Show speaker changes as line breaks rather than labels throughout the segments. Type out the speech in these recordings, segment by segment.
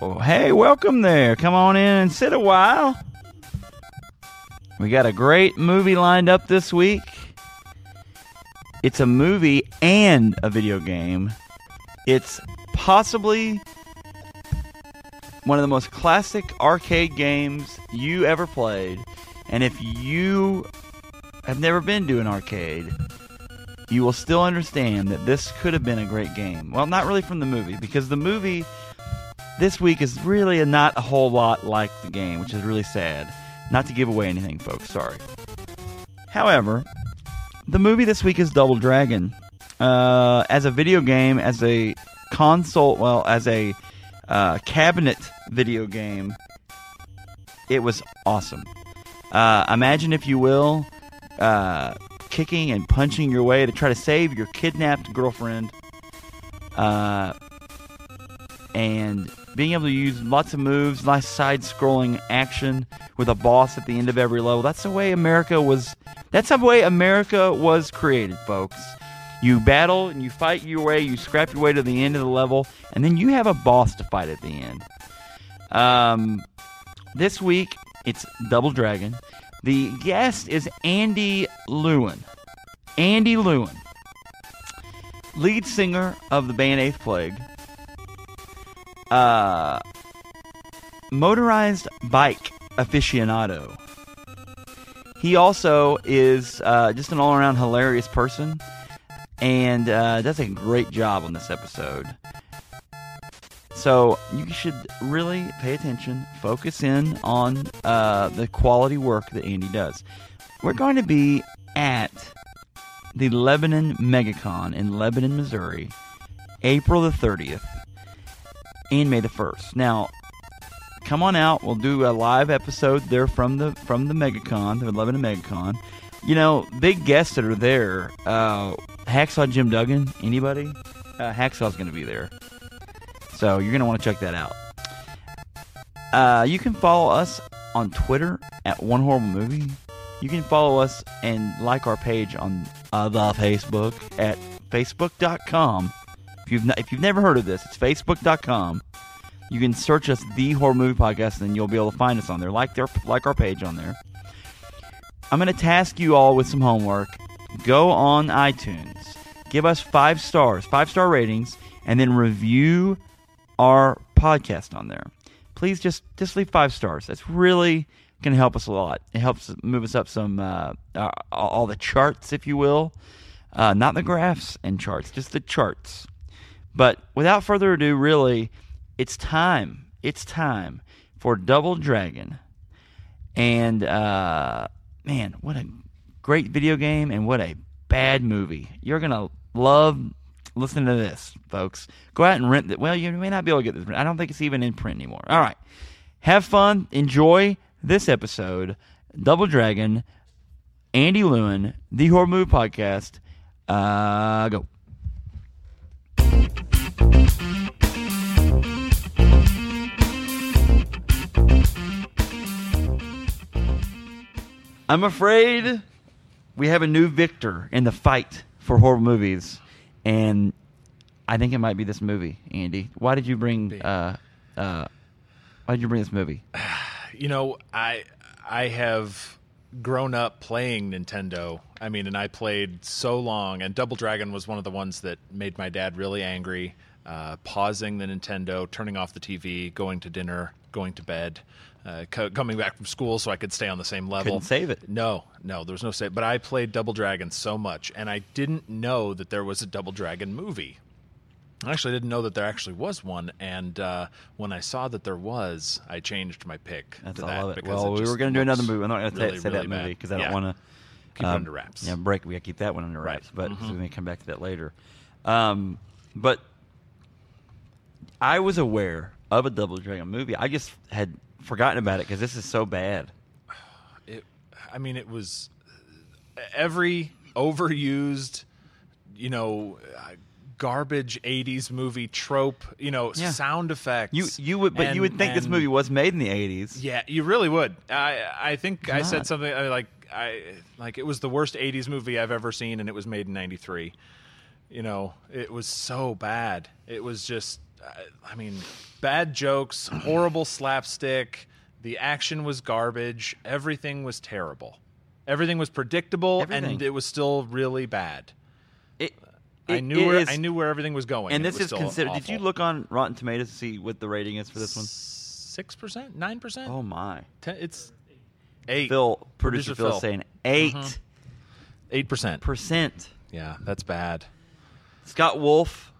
Well, hey, welcome there. Come on in and sit a while. We got a great movie lined up this week. It's a movie and a video game. It's possibly one of the most classic arcade games you ever played. And if you have never been to an arcade, you will still understand that this could have been a great game. Well, not really from the movie, because the movie this week is really not a whole lot like the game, which is really sad. Not to give away anything, folks, sorry. However, the movie this week is Double Dragon. Uh, as a video game, as a console, well, as a uh, cabinet video game, it was awesome. Uh, imagine, if you will, uh, kicking and punching your way to try to save your kidnapped girlfriend. Uh, and being able to use lots of moves, nice side scrolling action with a boss at the end of every level. That's the way America was that's the way America was created, folks. You battle and you fight your way, you scrap your way to the end of the level, and then you have a boss to fight at the end. Um, this week it's Double Dragon. The guest is Andy Lewin. Andy Lewin, lead singer of the band Eighth Plague. Uh, motorized bike aficionado. He also is uh, just an all around hilarious person and uh, does a great job on this episode. So you should really pay attention, focus in on uh, the quality work that Andy does. We're going to be at the Lebanon MegaCon in Lebanon, Missouri, April the 30th and May the 1st. Now, come on out. We'll do a live episode there from the from the MegaCon, the Lebanon MegaCon. You know, big guests that are there. Uh, Hacksaw Jim Duggan. Anybody? Uh, Hacksaw's going to be there. So you're going to want to check that out. Uh, you can follow us on Twitter at One Horrible Movie. You can follow us and like our page on uh, the Facebook at facebook.com. If you've, not, if you've never heard of this, it's facebook.com. You can search us, The Horror Movie Podcast, and you'll be able to find us on there. Like, their, like our page on there. I'm going to task you all with some homework. Go on iTunes, give us five stars, five star ratings, and then review our podcast on there. Please just just leave five stars. That's really going to help us a lot. It helps move us up some uh, uh, all the charts, if you will, uh, not the graphs and charts, just the charts. But without further ado, really, it's time. It's time for Double Dragon. And uh, man, what a great video game and what a bad movie. You're gonna love listening to this, folks. Go out and rent it. Well, you may not be able to get this. I don't think it's even in print anymore. All right, have fun. Enjoy this episode. Double Dragon, Andy Lewin, the Horror Movie Podcast. Uh, go. I'm afraid we have a new victor in the fight for horror movies, and I think it might be this movie. Andy, why did you bring? Uh, uh, why did you bring this movie?
you know i i have grown up playing nintendo i mean and i played so long and double dragon was one of the ones that made my dad really angry uh, pausing the nintendo turning off the tv going to dinner going to bed uh, co- coming back from school so i could stay on the same level
Couldn't save it.
no no there was no save but i played double dragon so much and i didn't know that there was a double dragon movie I actually didn't know that there actually was one, and uh, when I saw that there was, I changed my pick.
That's
to
I
that
love it.
because
Well,
it
we
just
were going to do another
looks
movie. I'm not going to
really,
say
really
that movie
bad.
because I
Yeah.
don't want to
Keep it under wraps.
Yeah, break. We got to keep that one under
Right. Mm-hmm.
wraps, but so we may come back to that later. Um, but I was aware of a Double Dragon movie. I just had forgotten about it because this is so bad.
It, I mean, it was every overused, you know, uh, garbage '80s movie trope. You know,
Yeah.
sound effects.
You you would, but you would
and-
think this
and-
movie was made in the 80s.
Yeah, you really would. I I think I said
not.
something I, like I like it was the worst '80s movie I've ever seen, and it was made in '93. You know, it was so bad. It was just I mean, bad jokes, horrible slapstick. The action was garbage. Everything was terrible. Everything was predictable,
Everything.
and it was still really bad.
It,
I
it-
knew
it
where
is-
I knew where everything was going.
And
it
this
was
is
still
considered. Did you
awful.
look on Rotten Tomatoes to see what the rating is for this one?
Six percent, nine percent.
Oh my!
It's eight.
Phil, producer,
Producer
Phil,
Phil.
saying eight
Eight percent.
percent.
Yeah, that's bad.
Scott Wolf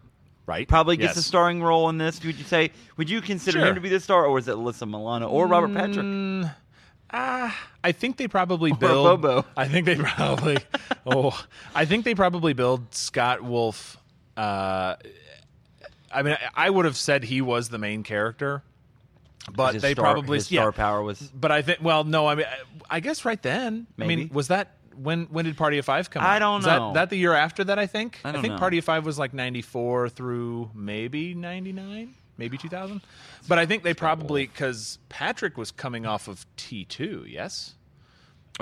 Right.
probably gets
yes.
a starring role in this. Would you say? Would you consider
Sure. Mm,
him to be the star, or is it Alyssa Milano or Robert Patrick?
Ah, I think they probably build.
Bobo.
I think they probably. oh, I think they probably build Scott Wolf. Uh, I mean, I- I would have said he was the main character, but
His
they
star-
probably
his
yeah.
star power was.
But I think. Well, no. I mean, I- I guess right then. I
Maybe.
mean, was that when? When did Party of Five come?
I
out?
don't
Is that-
know.
That, the year after that, I think.
I don't
think
know.
Party of Five was like ninety four through maybe ninety nine, maybe two thousand. But I think they probably because Patrick was coming off of T two. Yes.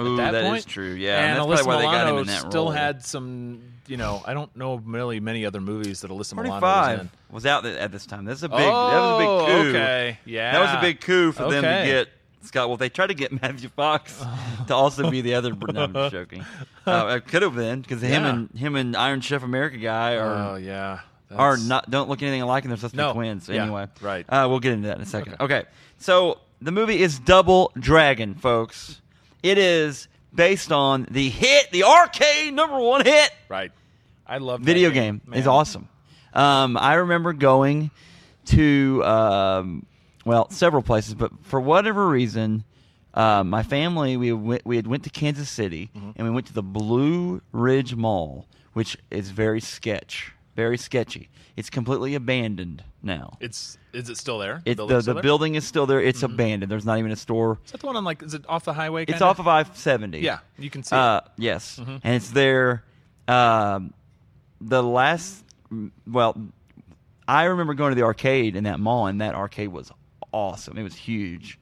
Ooh,
That
that is
point.
true. Yeah, and,
and,
that's
Alyssa
probably why they got him
Milano
in that
still
role.
had some. You know, I don't know really many other movies that Alyssa Milano was in.
forty-five was out th- at this time. That's a big. that was a
Oh,
big coup.
Okay, yeah,
That was a big coup for them to
Okay.
get Scott. Well, they tried to get Matthew Fox to also be the other. No, I'm just joking. Uh, it could have been because him
Yeah.
and him and Iron Chef America guy are
Oh yeah,
are
That's-
not don't look anything alike and they're supposed to
No.
be twins
Yeah,
anyway
right.
uh, we'll get into that in a second okay. so the movie is double dragon folks it is based on the hit the arcade number one hit
Right. I love that
video game is
man.
awesome um, i remember going to um, well several places but for whatever reason uh, my family we went we had went to kansas city
Mm-hmm.
and we went to the blue ridge mall which is very sketch very sketchy it's completely abandoned now
It's is it still there?
it,
building's
the,
still
the
there? Mm-hmm.
building is still there it's abandoned there's not even a store
Is that the one on like is it off the highway?
it's
kinda?
off of i-70
uh, Yeah, you can see. Mm-hmm.
uh, yes, and it's there. Um, the last, well, I remember going to the arcade in that mall, and that arcade was awesome. It was huge,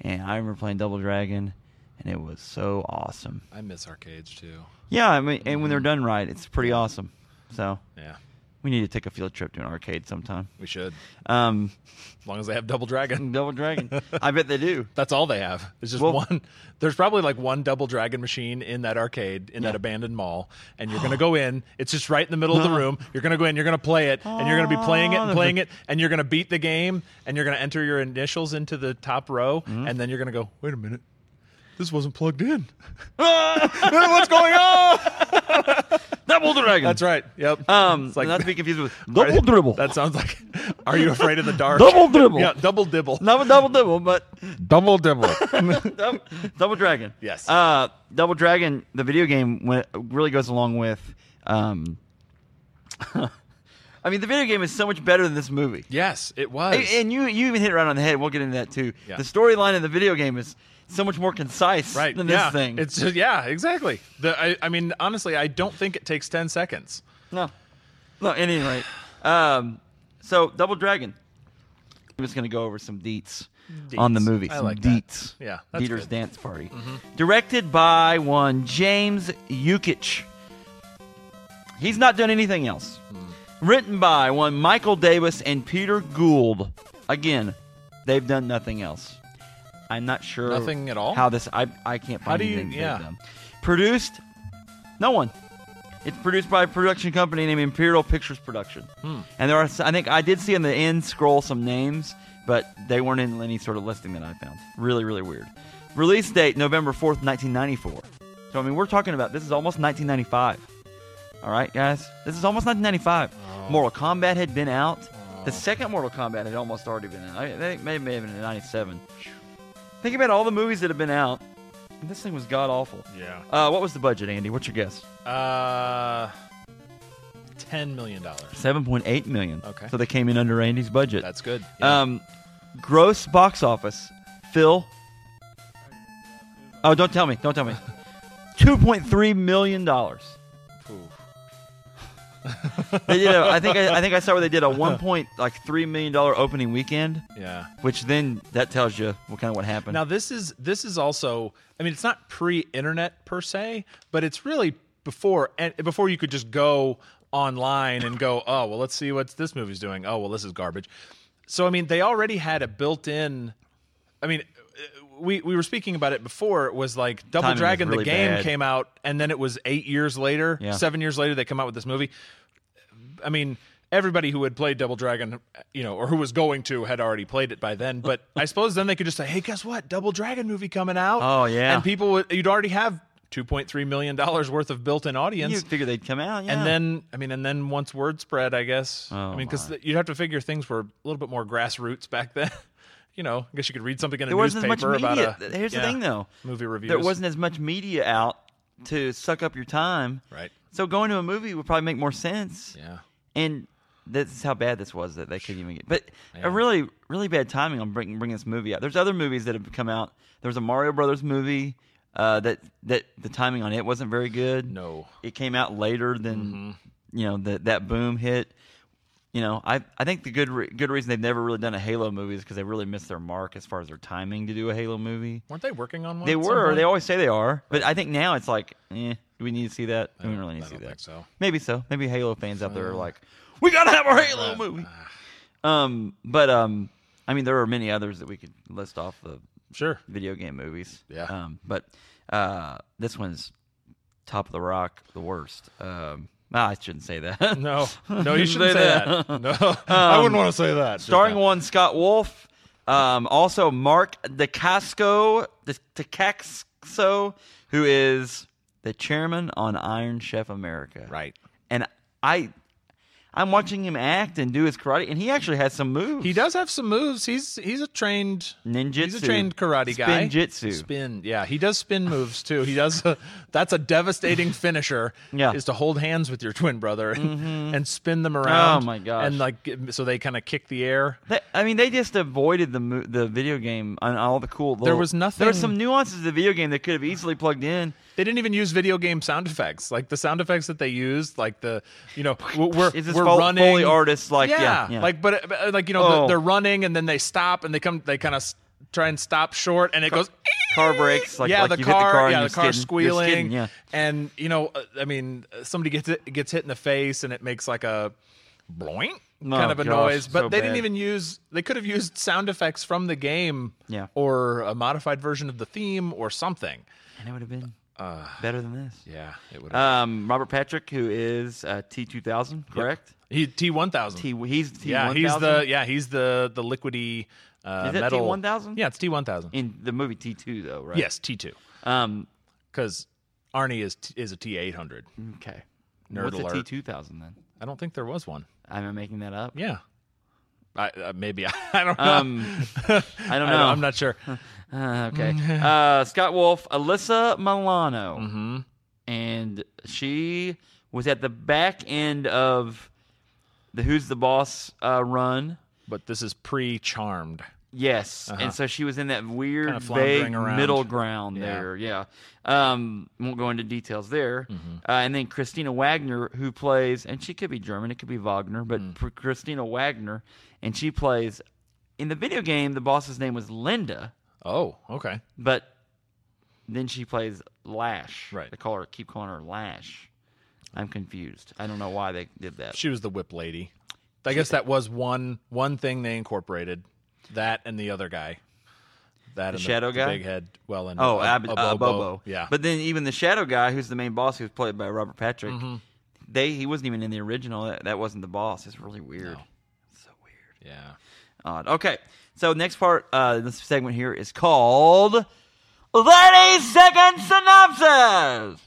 and I remember playing Double Dragon, and it was so awesome.
it. I miss arcades too.
Yeah, I mean, and when they're done right, it's pretty awesome. So
Yeah,
we need to take a field trip to an arcade sometime.
we should.
Um,
As long as they have Double Dragon,
Double Dragon, I bet they do.
that's all they have. It's just
Well-
one. There's probably like one Double Dragon machine in that arcade in that
Yeah.
abandoned mall, and you're gonna go in. It's just right in the middle of the room. You're gonna go in. You're gonna play it, and you're gonna be playing it and playing it, and you're gonna beat the game, and you're gonna enter your initials into the top row, and then you're gonna go. Wait a minute, this wasn't plugged in.
What's going on? Double Dragon.
That's right. Yep.
Um,
It's like-
not to be confused with double dribble.
That sounds like. Are you afraid of the dark?
Double dribble.
Yeah, double dibble.
Not a double double, but
Double dibble.
double, double dragon.
Yes.
Uh, double dragon, the video game, went, really goes along with. Um, I mean, the video game is so much better than this movie.
yes, it was.
And- And you, you even hit it right on the head. We'll get into that too.
Yeah.
The storyline in the video game is so much more concise
right.
than
yeah.
this thing.
It's just, yeah, exactly. The I, I mean, honestly, I don't think it takes ten seconds.
No. No, at any rate. Um, so, Double Dragon. I'm just going to go over some deets, on the
Deets.
movie.
I
some
like that.
deets.
Yeah, that's
Dieter's
good. Mm-hmm.
Dance Party. Directed by one James Yukich. He's not done anything else.
Mm.
Written by one Michael Davis and Peter Gould. Again, they've done nothing else. I'm not sure
Nothing at all?
How this I I can't find
How do you-
anything they've
yeah.
done. Produced no one. It's produced by a production company named Imperial Pictures Production.
Hmm.
And there are, s- I think, I did see in the end scroll some names, but they weren't in any sort of listing that I found. Really, really weird. Release date November 4th, 1994. So, I mean, we're talking about this is almost 1995. All right, guys? This is almost 1995.
Oh.
Mortal Kombat had been out. The second Mortal Kombat had almost already been out. I think it may, may have been in 97. Think about all the movies that have been out. and This thing was god awful.
Yeah.
Uh, what was the budget, Andy? What's your guess?
Uh, ten million dollars.
Seven point eight million.
Okay.
So they came in under Andy's budget.
That's good. Yeah.
um, gross box office. Phil. Oh, don't tell me! Don't tell me. Two point three million dollars.
Phew.
They did. A, I think. I, I think I saw where they did a one point like three million dollar opening weekend,
yeah.
which then that tells you what kind of what happened.
Now this is this is also I mean it's not pre-internet per se, but it's really before and before you could just go online and go, oh, well, let's see what this movie's doing. Oh, well, this is garbage. So, I mean, they already had a built in. I mean, we, we were speaking about it before. It was like Double
Timing was
Dragon,
really
the game
bad.
came out, and then it was eight years later,
Yeah.
seven years later, they come out with this movie. I mean, everybody who had played Double Dragon, you know, or who was going to had already played it by then. But I suppose then they could just say, hey, guess what? Double Dragon movie coming out.
Oh, yeah.
And people would, you'd already have $2.3 million worth of built in audience.
You figure they'd come out, yeah.
And then, I mean, and then once word spread, I guess. I
Oh,
mean, because
my.
you'd have to figure things were a little bit more grassroots back then. you know, I guess you could read something in a
there wasn't as much
newspaper
media.
about a.
Here's
yeah,
the thing, though.
Movie reviews.
There wasn't as much media out to suck up your time.
Right.
So going to a movie would probably make more sense.
Yeah.
And this is how bad this was that they couldn't even get. But
Yeah.
a really, really bad timing on bringing, bringing this movie out. There's other movies that have come out. There was a Mario Brothers movie uh, that that the timing on it wasn't very good.
No.
it came out later than
Mm-hmm.
you know that that boom hit. You know, I I think the good re- good reason they've never really done a Halo movie is because they really missed their mark as far as their timing to do a Halo movie.
Weren't they working on one?
They
at some
were.
point?
They always say they are, but I think now it's like, eh, do we need to see that? We don't
don't-
really need
I
to see
don't
that.
think so.
Maybe so. Maybe Halo fans out there are like, we gotta have our Halo movie.
uh,
Um, but um, I mean, there are many others that we could list off the
Sure.
video game movies.
Yeah.
Um, but uh, this one's top of the rock, the worst. Um, ah, I shouldn't say that.
No. No, you shouldn't
Say
say that. Um, No. I wouldn't want to say that. just
Starring
now.
one Scott Wolf, um, also Mark DeCasco, De- DeCaxo, who is the chairman on Iron Chef America.
Right.
And I, I'm watching him act and do his karate, and he actually has some moves.
He does have some moves. He's he's a trained
Ninjutsu.
He's a trained karate guy.
Spinjitzu.
Spin. Yeah, he does spin moves too. He does. that's a devastating finisher.
Yeah. Mm-hmm.
is to hold hands with your twin brother and, and spin them around.
Oh, my gosh.
And like, so they kind of kick the air.
They, I mean, they just avoided the mo- the video game and all the cool. Little,
was
There were
nothing-
some nuances of the video game that could have easily plugged in.
They didn't even use video game sound effects. Like the sound effects that they used, like the you know we're we're,
Is this
we're
Fol-
running
Foley artists, like,
yeah,
yeah, yeah.
like but, but like you know
Oh.
the, they're running and then they stop and they come they kind of s- try and stop short and it goes.
Car brakes, like
Eh, yeah,
like
the
you
car,
hit the car, and
yeah,
you're
the car
skidding. You're
squealing,
skidding, yeah.
and you know, uh, I mean, uh, somebody gets it, gets hit in the face, and it makes like a bloink kind of a
Oh, gosh,
noise. But
so
they didn't
bad.
even use; they could have used sound effects from the game,
Yeah.
or a modified version of the theme, or something.
and it would have been
Uh.
better than this.
Yeah, it would.
Um, Robert Patrick, who is uh, T two thousand, correct?
he T one thousand.
T he's T
Yeah,
one
he's
thousand.
the yeah he's the the liquidy uh,
Is that
metal
T1000?
Yeah, it's T one thousand.
in the movie T two though, right?
Yes, T two
Um,
because Arnie is t- is a T eight hundred.
okay.
Nerd
What's
alert.
a T two thousand then?
I don't think there was one.
Am I making that up?
Yeah. I, uh, maybe I, don't know.
Um, I don't know.
I'm not sure.
Uh, okay.
Mm-hmm.
uh, Scott Wolf, Alyssa Milano. Mm-hmm. And she was at the back end of the Who's the Boss uh, run.
But this is pre-charmed.
Yes. And so she was in that weird,
Uh-huh. Kinda floundering
vague
around.
middle ground there. Yeah. Um, won't go into details there.
Mm-hmm.
Uh, and then Christina Wagner, who plays, and she could be German, it could be Wagner, but
Mm-hmm.
pr- Christina Wagner, and she plays, in the video game, the boss's name was Linda.
Oh, okay.
But then she plays Lash.
Right.
They call her keep calling her Lash. I'm confused. I don't know why they did that.
She was the whip lady. I guess that was one one thing they incorporated. That and the other guy. That and
shadow
the,
guy?
the big head. Well, and
Oh,
uh,
Ab-
uh,
uh, Bobo.
Yeah,
But then even the Shadow guy, who's the main boss, who's played by Robert Patrick,
Mm-hmm.
they he wasn't even in the original. That, that wasn't the boss. It's really weird.
No.
So weird.
yeah.
Odd. Okay. So next part, uh, this segment here is called thirty second synopsis.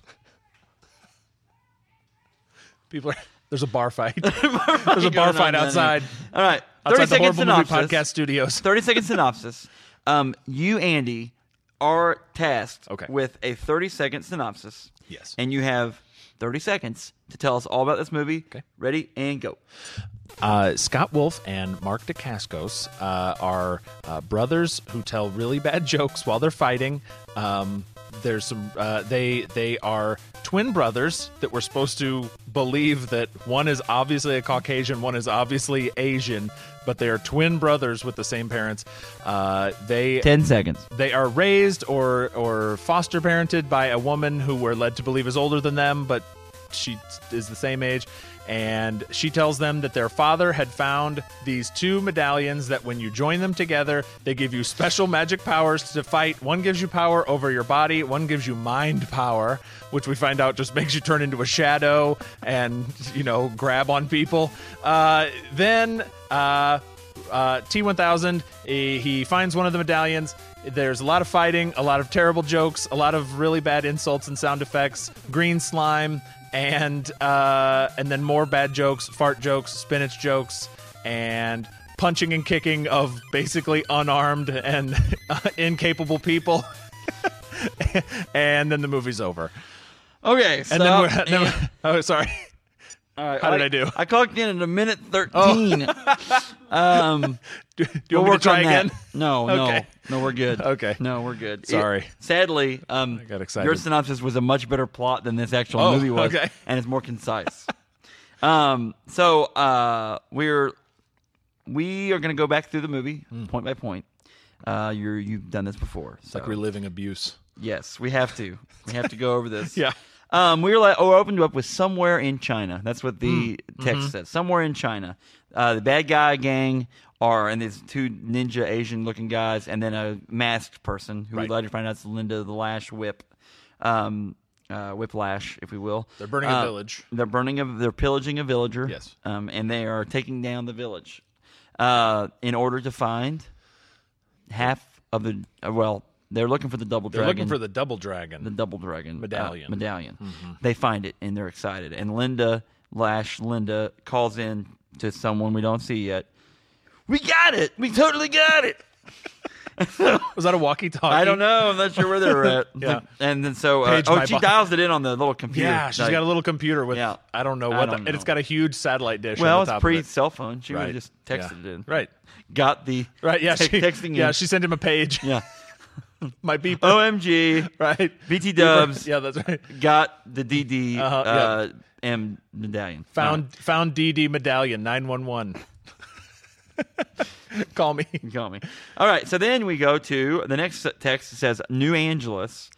People are. There's a bar fight. there's a bar
Going on
fight
down
outside.
here. All right.
Outside
Thirty
the
second
horrible
synopsis.
movie podcast studios.
30 second synopsis. Um, you, Andy, are tasked
Okay.
with a 30 second synopsis.
Yes.
And you have 30 seconds to tell us all about this movie.
Okay.
Ready and go.
Uh, Scott Wolf and Mark DeCascos uh, are uh, brothers who tell really bad jokes while they're fighting. Um, there's some uh, they they are twin brothers that we're supposed to believe that one is obviously a Caucasian, one is obviously Asian, but they are twin brothers with the same parents. Uh, they
10 seconds.
they are raised or or foster parented by a woman who we're led to believe is older than them, but she is the same age. And she tells them that their father had found these two medallions that when you join them together, they give you special magic powers to fight. One gives you power over your body, one gives you mind power, which we find out just makes you turn into a shadow and, you know, grab on people. Uh, then. Uh, uh, T1000. He, he finds one of the medallions. There's a lot of fighting, a lot of terrible jokes, a lot of really bad insults and sound effects, green slime, and uh, and then more bad jokes, fart jokes, spinach jokes, and punching and kicking of basically unarmed and incapable people. and then the movie's over.
Okay,
And then we're, then we're- oh sorry. how did I Oh. do?
I clocked in at a minute thirteen. um,
Do, do you
we'll
want me
work
to try
on that.
again?
No,
Okay.
no, no, we're good.
Okay.
no, we're good. It-
Sorry.
sadly, um,
got excited.
your synopsis was a much better plot than this actual
Oh,
movie was,
okay.
and it's more concise. um, so uh, we're we are going to go back through the movie
Hmm.
point by point. Uh, you're you've done this before, so
Like reliving abuse.
yes, we have to we have to go over this.
Yeah.
Um, we were like, oh, I opened up with somewhere in China. That's what
Mm.
the text
Mm-hmm.
says. Somewhere in China, uh, the bad guy gang are and these two ninja Asian looking guys, and then a masked person who we
Right.
later find out is Linda the Lash Whip, um, uh, Whiplash, if we will.
They're burning a
Uh,
village.
They're burning a. They're pillaging a villager.
Yes.
Um, and they are taking down the village, uh, in order to find half of the. Uh, well, they're looking for the double
They're
dragon
looking for the double dragon.
the double dragon uh,
Medallion. Mm-hmm.
medallion. They find it and they're excited. And Linda Lash Linda calls in to someone we don't see yet. We got it. We totally got it.
Was that a walkie-talkie?
I don't know. I'm not sure where they're at.
Yeah.
And then so uh,
Page
oh,
my
she
bo-
dials it in on the little computer.
Yeah, she's
Like,
got a little computer with
Yeah.
I don't know
I
what,
don't
the, and it's
know.
got a huge satellite dish.
well,
on the
it's
top
pre
of it.
cell phone. She would
Right.
have just texted
Yeah.
it in.
Right,
Got the
right, yeah.
te-
She,
texting.
yeah,
in.
she sent him a page.
yeah.
My beep.
OMG.
right.
BT Dubs
Yeah, that's right.
got the DD uh,
Uh-huh, yeah.
M medallion.
Found found DD medallion nine one one. Call me.
You got me. All right. So then we go to the next text. It says New Angeles,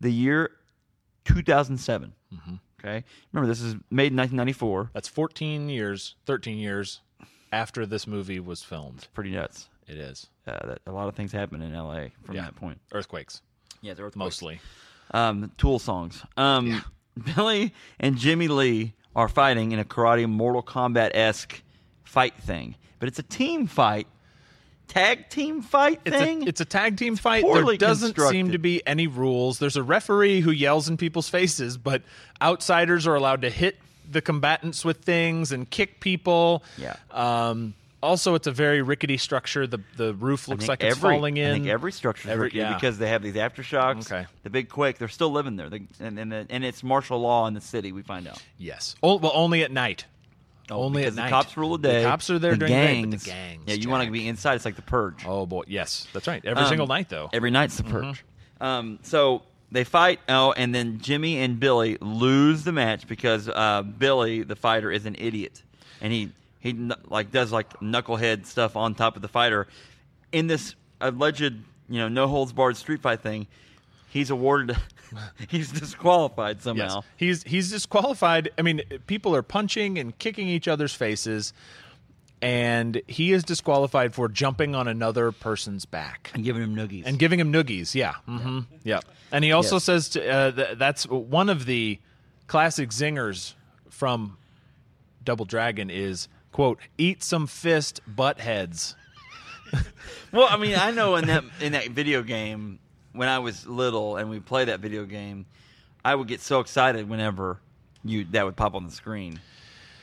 the year 2007.
Mm-hmm.
Okay. Remember, this is made in 1994.
That's fourteen years, thirteen years after this movie was filmed.
Pretty nuts.
It is
Uh, that, a lot of things happen in LA from
Yeah.
that point.
earthquakes
Yeah, there were
mostly.
um, Tool songs. Um, Billy and Jimmy Lee are fighting in a karate Mortal Kombat esque fight thing, but it's a team fight, tag team fight
It's a,
thing.
it's a tag team fight.
poorly
There doesn't seem
constructed.
to be any rules. There's a referee who yells in people's faces, but outsiders are allowed to hit the combatants with things and kick people.
Yeah.
Um, also, it's a very rickety structure. The the roof looks
think
like it's
every-
falling in.
I think every structure
Every- yeah.
because they have these aftershocks.
Okay.
The big quake. They're still living there, they, and and, the, and it's martial law in the city. We find out.
yes. Oh, well, only at night. only
Oh, because
at night.
the cops rule the day.
The cops are there
the
during
gangs,
the day. But the gangs.
Yeah, you want to
Jack.
be Um, inside. It's like the purge.
Oh boy, yes, that's right. Every single night, though. Mm-hmm.
Every night's the purge. Um, so they fight. Oh, and then Jimmy and Billy lose the match because uh, Billy, the fighter, is an idiot, and he he kn- like does like knucklehead stuff on top of the fighter. In this alleged, you know, no holds barred street fight thing, he's awarded. he's disqualified somehow.
Yes. He's he's disqualified. I mean, people are punching and kicking each other's faces, and he is disqualified for jumping on another person's back
And giving him noogies.
and giving him noogies. Yeah, hmm yeah. And he also
Yes.
says to, uh, th- that's one of the classic zingers from Double Dragon is quote eat some fist butt heads.
Well, I mean, I know in that in that video game when I was little and we played that video game, I would get so excited whenever you that would pop on the screen.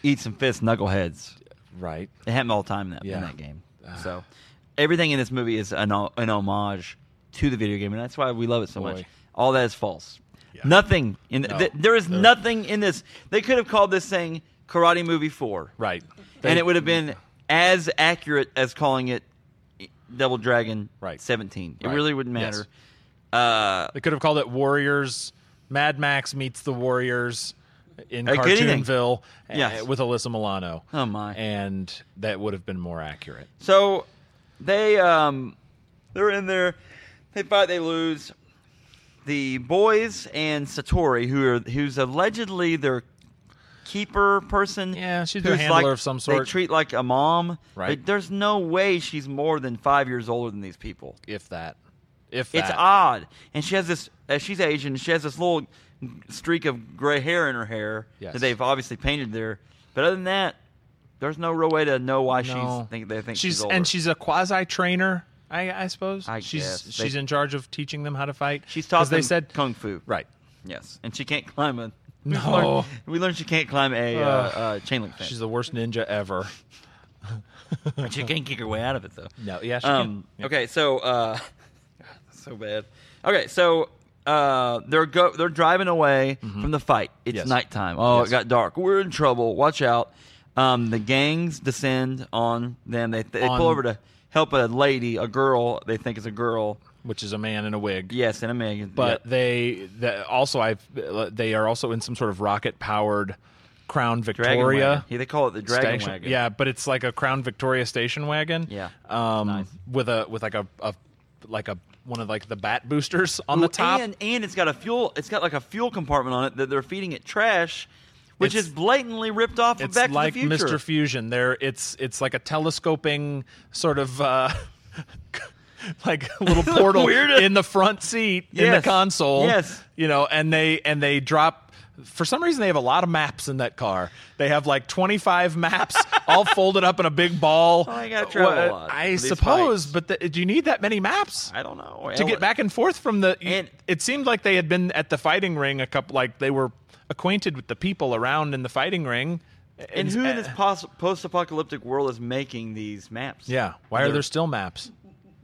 Eat some fist knuckleheads.
Right.
It happened all the time in that, in
Yeah.
that game. So everything in this movie is an, o- an homage to the video game, and that's why we love it so much.
Boy.
All that is false.
Yeah.
Nothing in
No.
th- there is nothing in this. They could have called this thing Karate Movie Four
Right.
and it would have been as accurate as calling it Double Dragon
Right.
17. It
Right.
really wouldn't
Yes.
matter. Uh,
They could have called it Warriors. Mad Max meets the Warriors in
Hey, good evening.
Cartoonville uh,
Yes.
with Alyssa Milano.
Oh, my.
And that would have been more accurate.
so they um, they're in there. They fight. They lose. The boys and Satori, who are who's allegedly their keeper person.
Yeah, she's a
who's
handler
like-
of some
They
sort.
treat like a mom.
Right.
But there's no way she's more than five years older than these people.
if that. If
It's
that.
odd. And she has this. Uh, she's Asian. She has this little streak of gray hair in her hair
Yes.
that they've obviously painted there. But other than that, there's no real way to know why
No.
she's think they think she's,
she's
older.
and she's a quasi trainer. I, I suppose
I
she's
guess. They-
she's in charge of teaching them how to fight.
she's
'Cause
taught
They
them
said
kung fu.
right.
Yes, and she can't climb a. we
No.
learned- we learned she can't climb a uh,
Ugh.
uh, chain link fence.
She's the worst ninja ever.
she can't kick her way out of it though.
No, yeah, she
Um,
can. Yeah.
Okay, so uh, that's so bad. Okay, so uh, they're go they're driving away from the fight. It's
Mm-hmm. Yes.
nighttime. Oh,
Yes.
it got dark. We're in trouble. Watch out. Um, the gangs descend on them. They, they
On-
pull over to help a lady, a girl they think is a girl.
Which is a man in a wig.
Yes, and a man.
But they the, also I they are also in some sort of rocket powered Crown
Dragon
Victoria.
wagon. Yeah, they call it the dragon
station-
wagon.
Yeah, but it's like a Crown Victoria station wagon.
Yeah.
Um,
Nice.
with a with like a, a like a one of like the bat boosters on the
Ooh,
top.
and and it's got a fuel. It's got like a fuel compartment on it that they're feeding it trash, which
It's-
is blatantly ripped off of
it's
Back
like
to the Future.
Mr. Fusion. There, it's it's like a telescoping sort of. Uh, like little portal
Weird.
in the front seat in the
Yes.
console
Yes.
you know and they and they drop for some reason they have a lot of maps in that car they have like 25 maps all folded up in a big ball
Oh, they gotta travel a
Well,
lot
i
for these
suppose but the, do you need that many maps
I don't know
to get back and forth from the
And-
it seemed like they had been at the fighting ring a couple like they were acquainted with the people around in the fighting ring
And who in
uh,
this pos- post-apocalyptic world is making these maps?
yeah why are
They're-
there still maps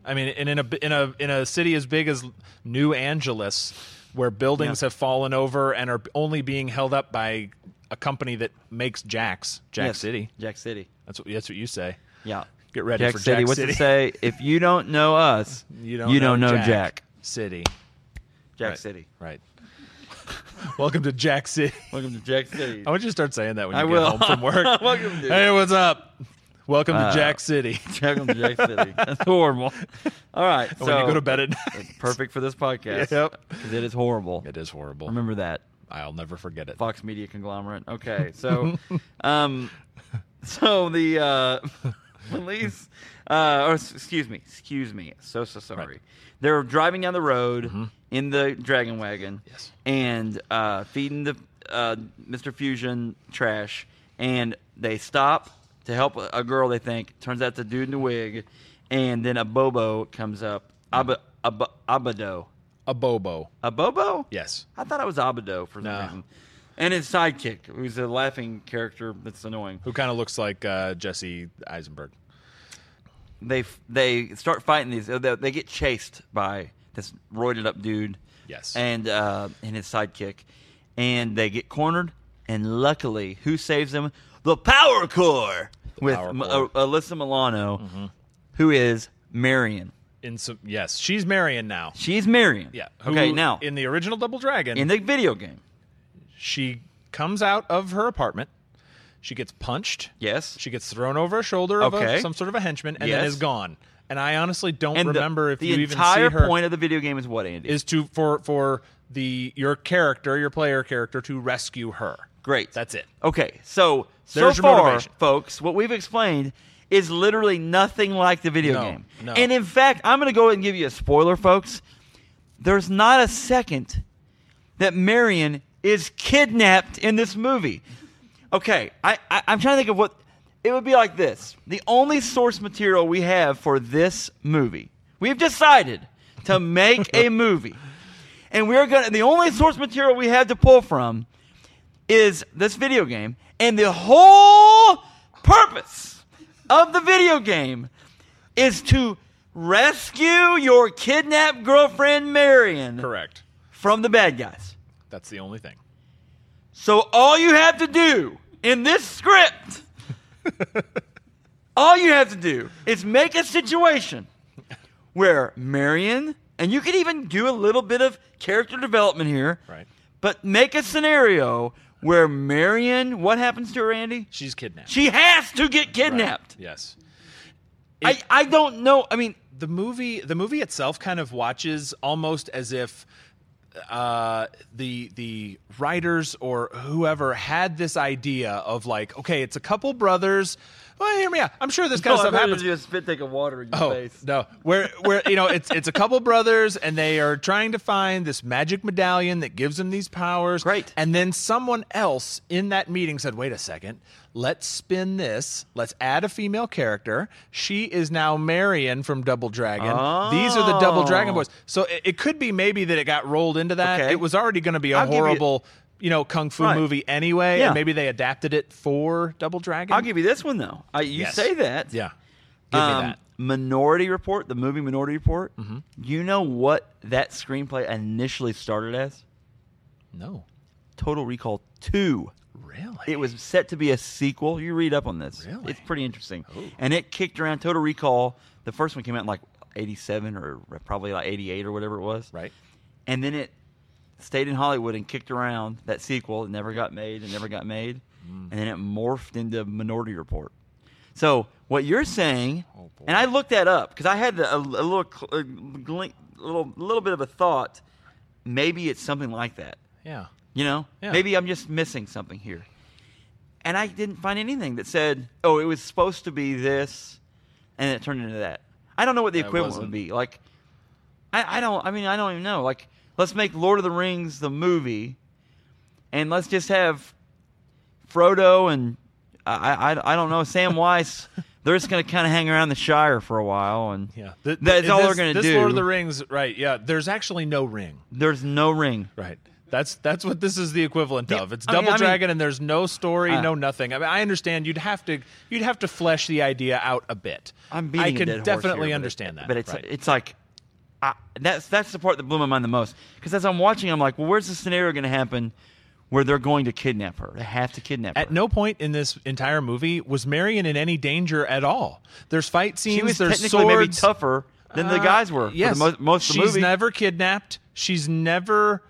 i mean and in a in a in a city as big as new angeles where buildings
Yeah.
have fallen over and are only being held up by a company that makes jacks jack
Yes.
city
Jack City.
that's what that's what you say
Yeah.
get ready
Jack
for
City.
jack
What's
city
it say? If you don't know us,
you don't know,
know
jack,
Jack.
city
Jack
Right.
City.
right welcome to jack city
Welcome to Jack City.
I want you to start saying that when you
I
get
will.
home from work.
Welcome to-
hey, what's up? Welcome
Uh,
to Jack City.
Welcome to Jack City. That's horrible. All right. So
when you go to bed at night,
It's perfect for this podcast.
Yep.
Because it is horrible.
it is horrible.
Remember that.
I'll never forget it.
Fox Media conglomerate. Okay, so, um, so the uh, police, uh, or s- excuse me, excuse me, so so sorry.
Right. Mm-hmm.
They're driving down the road in the dragon wagon,
Yes.
and uh, feeding the uh, Mister Fusion trash, and they stop to help a a girl. They think turns out it's a dude in a wig, and then a Bobo comes up.
Mm-hmm.
Ab- ab- Abado,
A bobo.
a Bobo.
Yes.
I thought it was Abado for some
No.
reason. And his sidekick, who's a laughing character that's annoying.
Who kind of looks like uh, Jesse Eisenberg.
They f- they start fighting these. They, they get chased by this roided up dude.
Yes.
And uh, and his sidekick, and they get cornered. And luckily, who saves them? The Power Core with
Power
M-
Core. Mm-hmm.
uh, Alyssa Milano, who is Marion.
In some, yes, she's Marion now.
She's Marion.
Yeah.
okay.
Who,
Now in,
in the original Double Dragon,
the video game,
she comes out of her apartment. She gets punched.
yes.
She gets thrown over a shoulder of a-
Okay.
some sort of a henchman, and then
Yes.
is gone. And I honestly don't
and the-
remember if
the
you even see
entire
her.
point of the video game is what Andy
is to for for the your character, your player character, to rescue her.
Great.
That's it.
Okay, so
There's
so
your
far,
motivation.
folks, what we've explained is literally nothing like the video
No,
game.
no.
And in fact, I'm going to go ahead and give you a spoiler, folks. There's not a second that Marion is kidnapped in this movie. Okay, I, I I'm trying to think of what it would be like. This the only source material we have for this movie. We've decided to make a movie, and we're gonna. The only source material we have to pull from is this video game, and the whole purpose of the video game is to rescue your kidnapped girlfriend Marion
Correct.
from the bad guys.
That's the only thing.
So all you have to do in this script, all you have to do is make a situation where Marion, and you could even do a little bit of character development here,
Right.
but make a scenario where Marion, what happens to her, Andy?
She's kidnapped.
She has to get kidnapped.
Yes. It-
I, I don't know. I mean,
The movie the movie itself kind of watches almost as if uh, the the writers or whoever had this idea of like, okay, it's a couple brothers. Well, hear me out. I'm sure this kind of stuff happens.
You a spit take Oh, of water in your
Oh
face.
no, where where you know it's it's a couple brothers and they are trying to find this magic medallion that gives them these powers.
Great.
And then someone else in that meeting said, "Wait a second, let's spin this. Let's add a female character. She is now Marion from Double Dragon. These are the Double Dragon
Oh.
boys. So it, it could be maybe that it got rolled into that.
Okay.
It was already going to be a
I'll give you-
horrible." You know, kung fu
Right.
movie anyway,
Yeah.
and maybe they adapted it for Double Dragon.
I'll give you this one though. I, you
Yes.
say that.
yeah, give
Um,
me that.
Minority Report, the movie Minority Report. You know what that screenplay initially started as?
No,
Total Recall Two.
Really?
It was set to be a sequel. You read up on this.
Really?
It's pretty interesting.
Ooh.
And it kicked around Total Recall. The first one came out in like 87 or probably like 88 or whatever it was.
right.
And then it stayed in Hollywood and kicked around that sequel. It never got made and never got made.
Mm.
And then it morphed into Minority Report. So what you're saying,
Oh, boy.
and I looked that up because I had a, a little, cl- a glink- little, little bit of a thought. Maybe it's something like that.
Yeah.
You know,
Yeah.
maybe I'm just missing something here. And I didn't find anything that said, "Oh, it was supposed to be this," and it turned into that. I don't know what the
That
equivalent
wasn't-
would be. Like, I, I don't. I mean, I don't even know. Like, let's make Lord of the Rings the movie, and let's just have Frodo and I. I, I don't know Sam Weiss. They're just gonna kind of hang around the Shire for a while, and
Yeah.
that's all
this,
they're gonna
this
do.
Lord of the Rings, right? Yeah. There's actually no ring.
there's no ring.
Right. That's that's what this is the equivalent of. It's
I mean-
Double
I mean-
Dragon, and there's no story,
Uh,
no nothing. I mean, I understand you'd have to you'd have to flesh the idea out a bit.
I'm beating
I
a dead
can
horse here,
definitely
but it-
understand that.
But it's
right.
it's like I, that's that's the part that blew my mind the most because as I'm watching, I'm like, well, where's the scenario going to happen where they're going to kidnap her? They have to kidnap
at
her.
no point in this entire movie was Marion in any danger at all. There's fight scenes.
she was
there's
technically
swords.
maybe tougher than the
Uh,
guys were. for
Yes,
the most, most of
she's
the movie.
never kidnapped. She's never.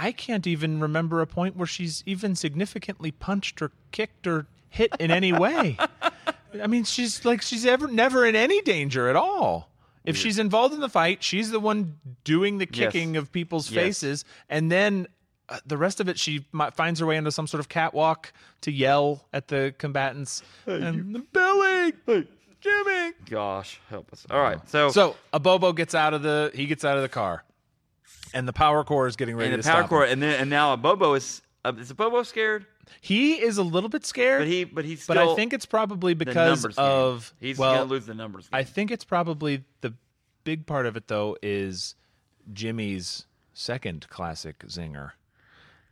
I can't even remember a point where she's even significantly punched or kicked or hit in any way. I mean, she's like she's ever never in any danger at all. If she's involved in the fight, she's the one doing the
Yes.
kicking of people's
Yes.
faces, and then uh, the rest of it, she mi- finds her way into some sort of catwalk to yell at the combatants. and the Billy, Jimmy,
Gosh, help us! All right, so
so a Bobo gets out of the he gets out of the car, and the power core is getting ready
and the
to
power
stop
core,
him.
and then and now a Bobo is uh, is a Bobo scared?
He is a little bit scared,
But he but he's
but
still
I think it's probably
the
because
numbers game.
of
he's
well,
going to lose the numbers. Game.
I think it's probably the big part of it though is Jimmy's second classic zinger,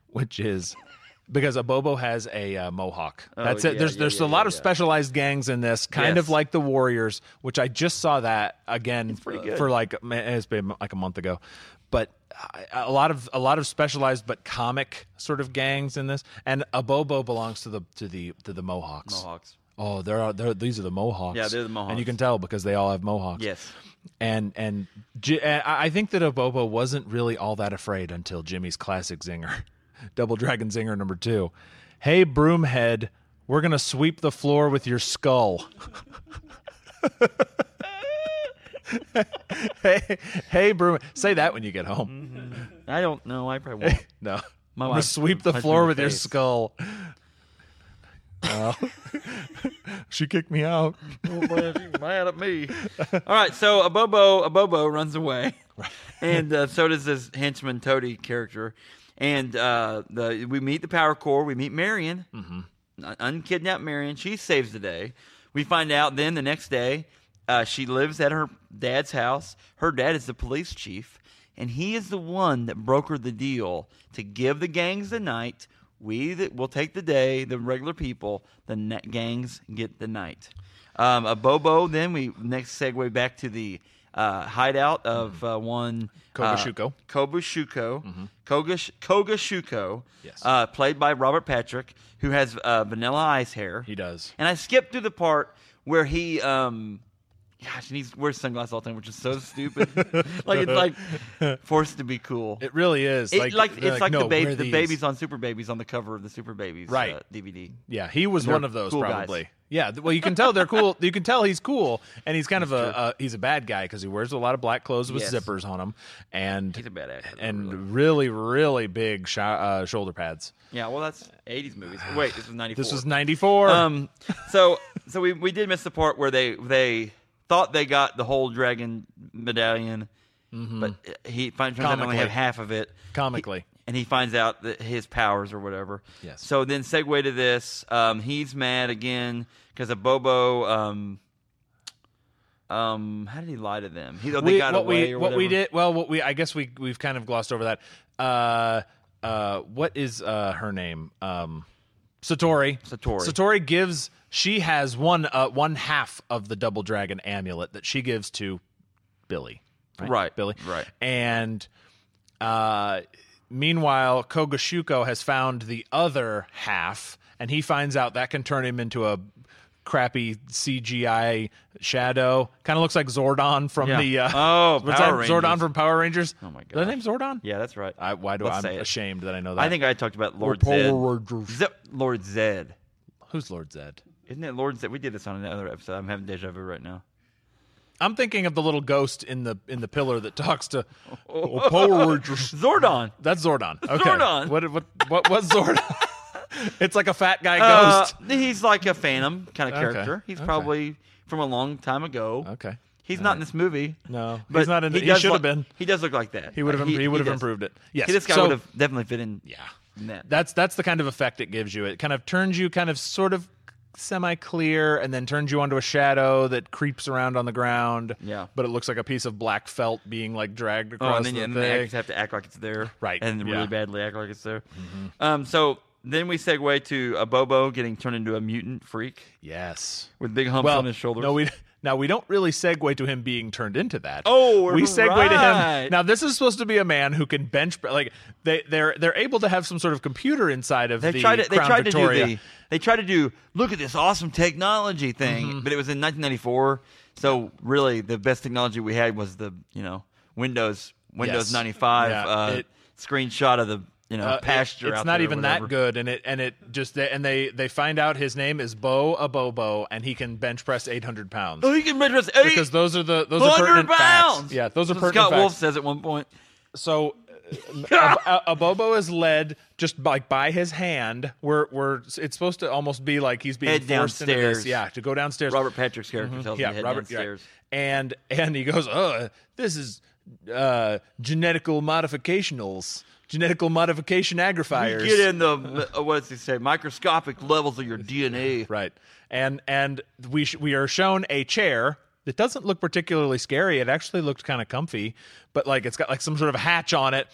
which is because Abobo has a uh, mohawk. That's it.
Oh, yeah,
there's
yeah,
there's
yeah,
a lot
yeah,
of
yeah.
specialized gangs in this, kind of
Yes.
like the Warriors, which I just saw that again
pretty
uh,
good.
for like man, it's been like a month ago. But I- a lot of a lot of specialized but comic sort of gangs in this, and Abobo belongs to the to the to the Mohawks.
Mohawks.
Oh, there are there. These are the Mohawks.
Yeah, they're the
and
Mohawks.
you can tell because they all have Mohawks.
Yes.
and and Ji- and I I think that Abobo wasn't really all that afraid until Jimmy's classic zinger, Double Dragon Zinger number two. Hey, Broomhead, we're gonna sweep the floor with your skull. hey, hey, Broom. Say that when you get home.
I don't know. I probably won't.
No.
Mm-hmm. My
I'm gonna
wife
sweep the
punched me in
floor
the
with your
face.
skull. Well, she kicked me out.
mad at me. All right, so a Bobo, a Bobo runs away, and uh, so does this henchman Toady character, and uh, the we meet the Power Core, we meet Marion, Un- unkidnapped Marion. She saves the day. We find out then the next day uh, she lives at her dad's house. Her dad is the police chief, and he is the one that brokered the deal to give the gangs the night. We that will take the day, the regular people, the na- gangs get the night. Um, a Bobo. Then we next segue back to the uh, hideout of
Mm-hmm.
uh, one
Kobashuko.
Uh, Kobashuko. Kogash- Kogashuko.
Mm-hmm. Yes.
Uh, played by Robert Patrick, who has uh, vanilla ice hair.
He does.
And I skipped through the part where he um, gosh, and he wears sunglasses all the time, which is so stupid. like it's like forced to be cool.
It really is.
It, like,
they're
it's like,
"No,
the, baby,
wear
the
these."
babies on Super Babies on the cover of the Super Babies
Right.
uh, DVD.
Yeah, he was
They're
one of those
cool guys.
probably. Yeah, th- well, you can tell they're cool. You can tell he's cool, and he's kind of a uh, he's a bad guy because he wears a lot of black clothes with
Yes.
zippers on him, and
He's a bad actor, though,
and really really big sho uh, shoulder pads.
Yeah, well, that's '80s movies. Wait, this was '94.
This was ninety four.
um. So so we, we did miss the part where they they thought they got the whole dragon medallion, but he finds turns out they only
Mm-hmm. Comically.
have half of it.
Comically.
He- and he finds out that his powers or whatever.
Yes.
So then segue to this. Um, he's mad again because of Bobo. Um, um, how did he lie to them? He, oh, they
We-
got
what
away
we
or
what we
whatever.
did well what we I guess we we've kind of glossed over that. Uh, uh, what is uh her name? Um, Satori.
Satori.
Satori gives. She has one uh one half of the double dragon amulet that she gives to Billy.
Right,
Billy.
right.
And uh, meanwhile, Kogashuko has found the other half, and he finds out that can turn him into a crappy CGI shadow. Kind of looks like Zordon from
Yeah.
the uh,
Oh,
what's
Power
that?
Rangers.
Zordon from Power Rangers. Oh
my
Their
gosh.
name's Zordon.
Yeah, that's right.
I, why do
Let's say
I'm
it.
ashamed that I know that?
I think I talked about Lord
Power
Zed.
Rangers.
Zed. Lord Zed.
who's Lord Zed?
Isn't it Lord Zed? We did this on another episode. I'm having deja vu right now.
I'm thinking of the little ghost in the in the pillar that talks to oh, Power Rangers.
Zordon.
That's Zordon. Okay.
Zordon.
What what what was Zordon? it's like a fat guy
Uh,
ghost.
he's like a phantom kind of
Okay,
character. He's
okay.
probably from a long time ago.
okay.
He's not in this movie.
No,
but
he's not in.
He,
He,
does
should
look-
have been.
He does look like that.
He would have. He, would have
does.
improved it. Yes.
He- This guy
so,
would have definitely fit in.
Yeah.
in that.
That's that's the kind of effect it gives you. It kind of turns you kind of sort of semi clear, and then turns you onto a shadow that creeps around on the ground.
Yeah.
But it looks like a piece of black felt being like dragged across
Oh, and then,
the
and then the
thing.
actors have to act like it's there,
Right,
And
yeah. Mm-hmm.
really badly act like it's there. Um, so then we segue to a Bobo getting turned into a mutant freak
yes.
with big humps
Well,
on his shoulders.
No, we now we don't really segue to him being turned into that.
Oh,
we segue to
right.
him. Now this is supposed to be a man who can bench like they they're they're able to have some sort of computer inside of
they
the
tried to they
Crown
tried
Victoria. Mm-hmm.
to do the they tried to do look at this awesome technology thing, but it was in 1994. So really, the best technology we had was the you know Windows Windows
Yes.
95
Yeah,
uh,
it-
screenshot of the you know
Uh, it-
pasture.
it's
out
not
there or
even
whatever.
that good, and it and it just they, and they they find out his name is Bo Abobo, and he can bench press 800 pounds
Oh, you can measure us eight
because those are the those are
hundred
pertinent
pounds.
facts. Yeah, those are
That's what
pertinent
Scott
facts.
Wolf says at one point.
So uh, a, a Bobo is led just like by his hand. We're we're it's supposed to almost be like he's being
Head
forced into
downstairs.
this. Yeah, to go downstairs.
Robert Patrick's character tells him
Mm-hmm. yeah,
to head
Robert. yeah.
downstairs.
And and he goes, "Oh, this is uh genetical modificationals, genetical modification agrifiers."
Get in the uh, what does he say? Microscopic levels of your DNA.
Right. And and we sh- we are shown a chair that doesn't look particularly scary. It actually looked kind of comfy, but like it's got like some sort of hatch on it,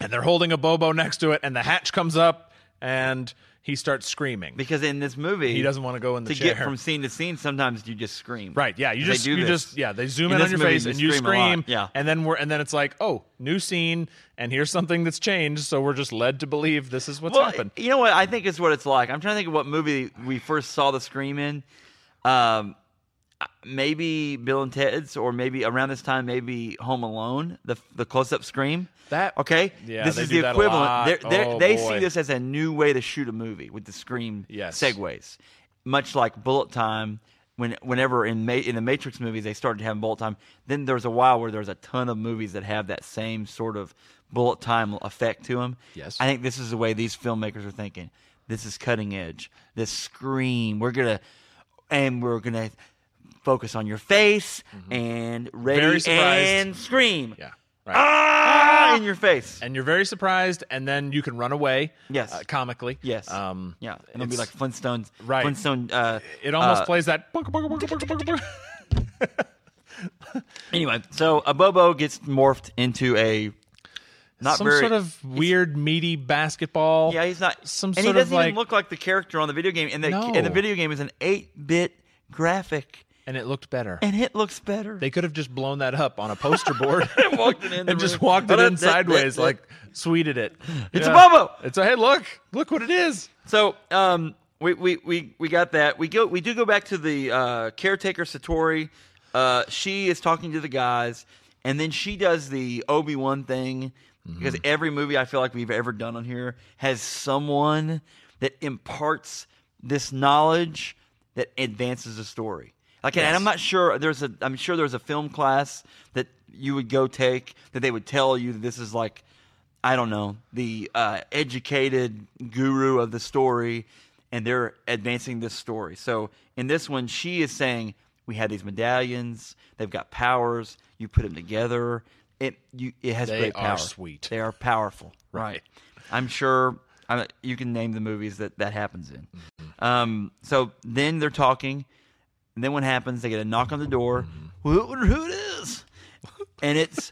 and they're holding a bobo next to it, and the hatch comes up, and he starts screaming.
Because in this movie,
He doesn't want to go in
to
the chair.
get from scene to scene. Sometimes you just scream.
Right, yeah, you
They
just
do
you
this.
just yeah, they zoom
In
in, on
this
your
movie,
face
you
and you
scream a lot,
scream,
yeah.
and then we're and then it's like, oh, new scene, and here's something that's changed, so we're just led to believe this is what's
Well,
happened.
you know what? I think it's what it's like. I'm trying to think of what movie we first saw the scream in. Um, uh, maybe Bill and Ted's, or maybe around this time, maybe Home Alone. The the close up scream.
That-
Uh, okay?
Yeah,
this
they
is
do
the
that a
equivalent.
lot.
They're, they're,
Oh,
they see
boy.
this as a new way to shoot a movie with the scream
Yes.
segues, much like Bullet Time. When, whenever in Ma- in the Matrix movies they started having bullet time, then there's a while where there's a ton of movies that have that same sort of bullet time effect to them.
Yes.
I think this is the way these filmmakers are thinking. This is cutting edge. This scream. We're gonna and we're gonna focus on your face and ready
Mm-hmm. Very surprised.
and scream.
Yeah, right.
Ah, in your face.
and you're very surprised, and then you can run away.
Yes.
uh, comically.
yes.
Um,
yeah. And it'll be
it's-
like Flintstones.
Right.
Flintstone. Uh,
It almost
uh,
plays that. bunka, bunka, bunka, bunka, bunka, bunka.
anyway, so a Bobo gets morphed into a not
Some
very
sort of weird meaty basketball.
Yeah, he's not.
Some
and
sort
he
of
doesn't
like,
even look like the character on the video game. And the
No.
and the video game is an eight bit graphic,
and it looked better.
and it looks better.
They could have just blown that up on a poster board
walked it in the
and just
room.
walked it
That-
in
that-
sideways,
that-
like sweeted it.
It's a
Yeah.
Bobo!
It's a hey, look, look what it is.
So um, we, we we we got that. We go we do go back to the uh, caretaker Satori. uh, she is talking to the guys, and then she does the Obi Wan thing because every movie I feel like we've ever done on here has someone that imparts this knowledge that advances the story. Like, and I'm not sure there's a. I'm sure there's a film class that you would go take that they would tell you that this is like I don't know, the uh, educated guru of the story, and they're advancing this story. So in this one, she is saying, "We had these medallions. They've got powers. You put them together. It you it has
They
great
are
power.
sweet.
They are powerful. right. I'm sure. I you can name the movies that that happens in.
Mm-hmm.
Um. So then they're talking. And then what happens? They get a knock on the door.
Mm-hmm.
Who wonder who it is? And it's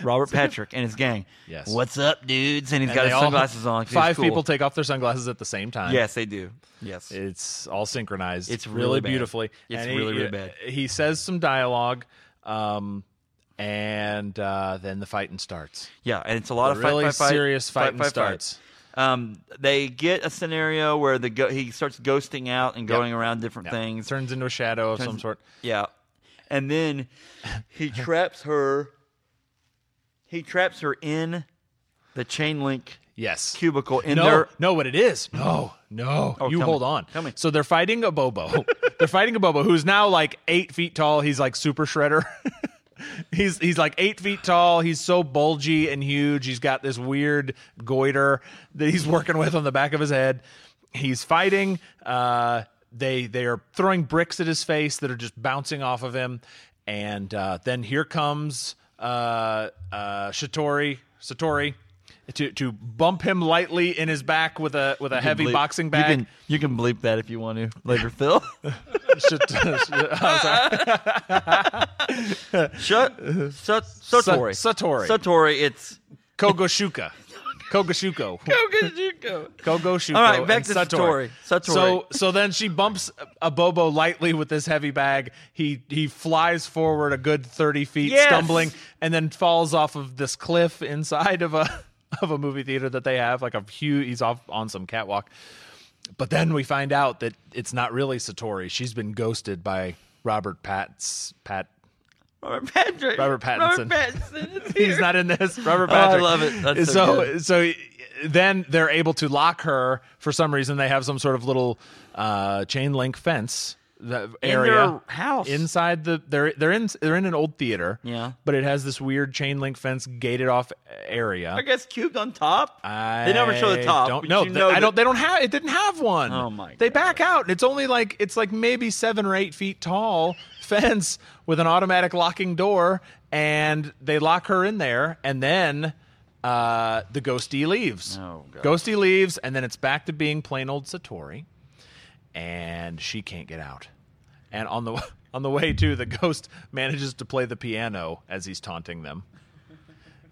Robert Patrick and his gang.
Yes.
What's up, dudes? And he's
And
got
they
his
all-
sunglasses on. 'cause he's
Five
cool.
people take off their sunglasses at the same time.
Yes, they do. Yes.
It's all synchronized.
It's really
really
bad.
beautifully.
It's
And he- uh,
really, really bad.
He says some dialogue, um, and uh, then the fighting starts.
yeah, and it's a lot of fight,
really
fight, fight,
serious
fight,
fighting
fight, fight.
starts.
Um, they get a scenario where the go- he starts ghosting out and going around different things.
Turns into a shadow of some sort.
Yeah. And then he traps her. He traps her in the chain link
Yes.
cubicle in
no,
their Oh,
no, what it is? No, no. you
tell
hold
me.
on.
Tell me.
So they're fighting a Bobo. they're fighting a Bobo who's now like eight feet tall. He's like super shredder. he's he's like eight feet tall. He's so bulgy and huge. He's got this weird goiter that he's working with on the back of his head. He's fighting. Uh, they they are throwing bricks at his face that are just bouncing off of him. And uh, then here comes uh, uh, Satori. Satori. To, to bump him lightly in his back with a with a heavy
bleep-
boxing bag.
You can, you can bleep that if you want to later, Phil.
Shit- I'm sorry.
Shut, shut, Satori.
Satori.
Satori. It's
Kogoshuka. Kogoshuko. Kogoshuko.
All right, back
and
to
Satori.
Satori. Satori.
So so then she bumps a Bobo lightly with this heavy bag. He he flies forward a good thirty feet,
Yes.
stumbling, and then falls off of this cliff inside of a of a movie theater that they have, like a huge. He's off on some catwalk, but then we find out that it's not really Satori. She's been ghosted by Robert Pat's Pat.
Robert Patrick.
Robert Pattinson.
Robert Pattinson. Is here.
He's not in this. Robert
Oh, I
Patrick.
love it. That's so
so so then they're able to lock her for some reason. They have some sort of little uh, chain link fence the area
their house.
inside the they're they're in they're in an old theater.
Yeah.
but it has this weird chain link fence gated off area.
I guess cubed on top.
I
they never show the top.
Don't
but
know.
you
They-
know
I
that-
don't. They don't have. It didn't have one.
Oh, my
They
God.
back out. It's only like it's like maybe seven or eight feet tall fence with an automatic locking door, and they lock her in there, and then uh, the ghosty leaves.
Oh, God.
Ghosty leaves, and then it's back to being plain old Satori, and she can't get out. And on the on the way too, the ghost manages to play the piano as he's taunting them.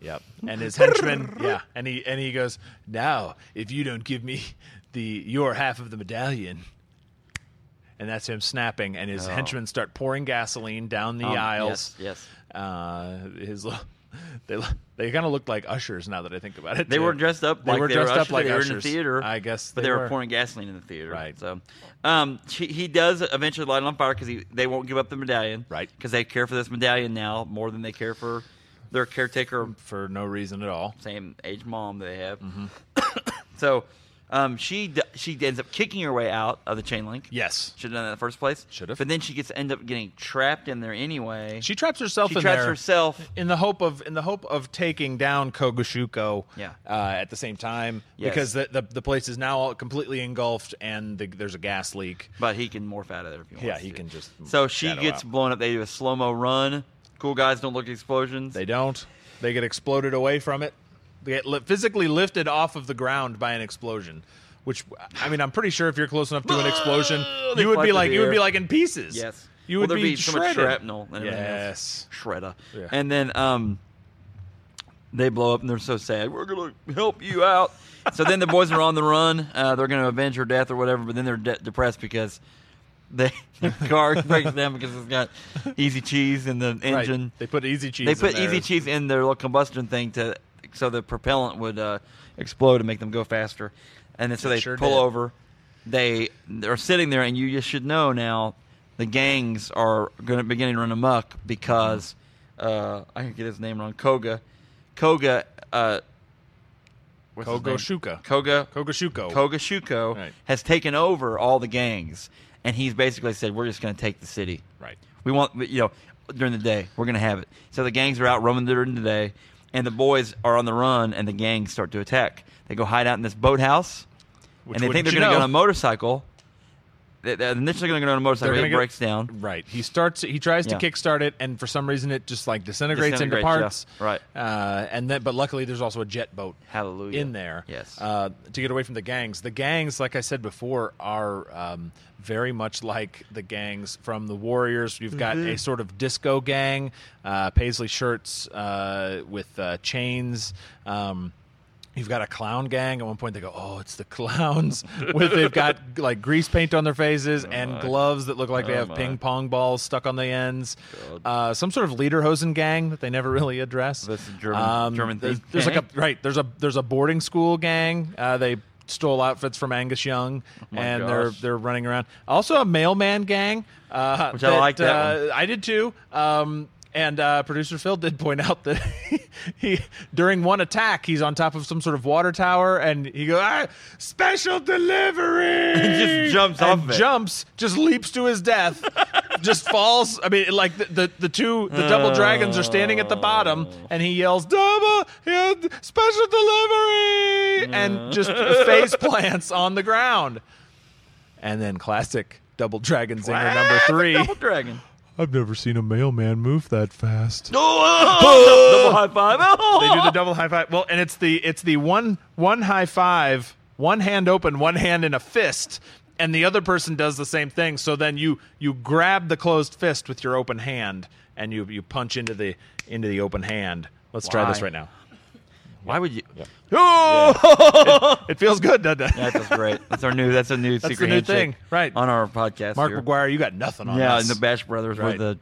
Yep. And his henchman, yeah. And he and he goes, "Now, if you don't give me the your half of the medallion." And that's him snapping and his henchmen start pouring gasoline down the
Oh. Um,
aisles.
Yes, yes.
Uh his little- they lo- they kind of looked like ushers now that I think about it.
They
too.
were dressed up.
They
like
were dressed
ushers,
up like
they were in the
ushers.
theater.
I guess
but
they
they were
were.
pouring gasoline in the theater.
Right.
So, um, she, he does eventually light it on fire because they won't give up the medallion.
Right.
Because they care for this medallion now more than they care for their caretaker
for no reason at all.
same age mom that they have.
Mm-hmm.
so um, she d- she ends up kicking her way out of the chain link.
Yes.
Should have done that in the first place.
Should've.
But then she gets end up getting trapped in there anyway.
She traps herself
She
in
traps
there.
herself.
in the hope of in the hope of taking down Kogoshuko.
Yeah.
Uh, at the same time,
Yes.
because the, the the place is now all completely engulfed and the, there's a gas leak.
But he can morph out of there if he wants
Yeah, he
to.
can just
So she
shadow
gets
out.
blown up. They do a slow mo run. Cool guys don't look at explosions.
They don't. They get exploded away from it. They get li- physically lifted off of the ground by an explosion. Which I mean, I'm pretty sure if you're close enough to an explosion,
They
you would
fly
be
through
like
the
you would
air.
be like in pieces.
yes.
You
Well,
would
there'd
be,
be, so much
shredded.
shrapnel and everything else.
Yes.
shredder.
Yeah.
And then um, they blow up and they're so sad. We're gonna help you out. so then the boys are on the run. Uh, they're gonna avenge her death or whatever. But then they're de- depressed because they, their car breaks down because it's got easy cheese in the
Right.
engine.
They put easy cheese.
They
in
put
there.
easy cheese in their little combustion thing to so the propellant would uh, explode and make them go faster. And then so
It
they
sure
pull
did.
over. They are sitting there, and you just should know now the gangs are going to beginning to run amok because
Mm-hmm.
uh, I can get his name wrong. Koga, Koga, uh, what's his name?
Kogoshuka.
Koga,
Kogoshuko.
Koga Shuko
Right.
has taken over all the gangs, and he's basically said, "We're just going to take the city.
right.
We want, you know, during the day, we're going to have it." So the gangs are out roaming during the day, and the boys are on the run, and the gangs start to attack. They go hide out in this boathouse,
Which
and they think
wouldn't
they're
you
going to
know?
go on a motorcycle. They- They're initially going to go on a motorcycle.
They're
It
gonna
breaks
get-
down.
Right. He starts. He tries to
Yeah.
kickstart it, and for some reason, it just like disintegrates,
Disintegrates, yeah.
into parts.
Right.
Uh, and then, but luckily, there's also a jet boat.
Hallelujah.
In there.
Yes.
Uh, to get away from the gangs. The gangs, like I said before, are um, very much like the gangs from the Warriors. You've got a sort of disco gang, uh, paisley shirts uh, with uh, chains. Um, You've got a clown gang. At one point, they go, "Oh, it's the clowns!" with they've got like grease paint on their faces and gloves that look like they
Oh,
have
my.
ping pong balls stuck on the ends. Uh, some sort of leaderhosen gang that they never really address. Um,
That's a German- German
There's,
thing.
there's like a right. There's a there's a boarding school gang. Uh, they stole outfits from Angus Young,
Oh my
and
gosh.
they're they're running around. Also a mailman gang, uh,
Which I like that
uh, I did too. Um, and uh, producer Phil did point out that he, during one attack, he's on top of some sort of water tower, and he goes, ah, "Special delivery!"
He just jumps off
And
of it.
Jumps, just leaps to his death, just falls. I mean, like the the, the two the double dragons are standing at the bottom, and he yells, "Double yeah, special delivery!" and just face plants on the ground. And then classic double dragon zinger number three.
Double dragon.
I've never seen a mailman move that fast.
Oh, double high five.
they do the double high five. Well, and it's the it's the one one high five, one hand open, one hand in a fist, and the other person does the same thing. So then you you grab the closed fist with your open hand, and you you punch into the into the open hand. Let's try this
Why?
right now.
Why would you?
It feels good, doesn't it?
That was great. That's our new. That's a new
That's
secret
the new
handshake
thing, right?
on our podcast.
Mark
here.
McGuire, you got nothing on
Yeah,
us.
and the Bash Brothers
Right.
were the.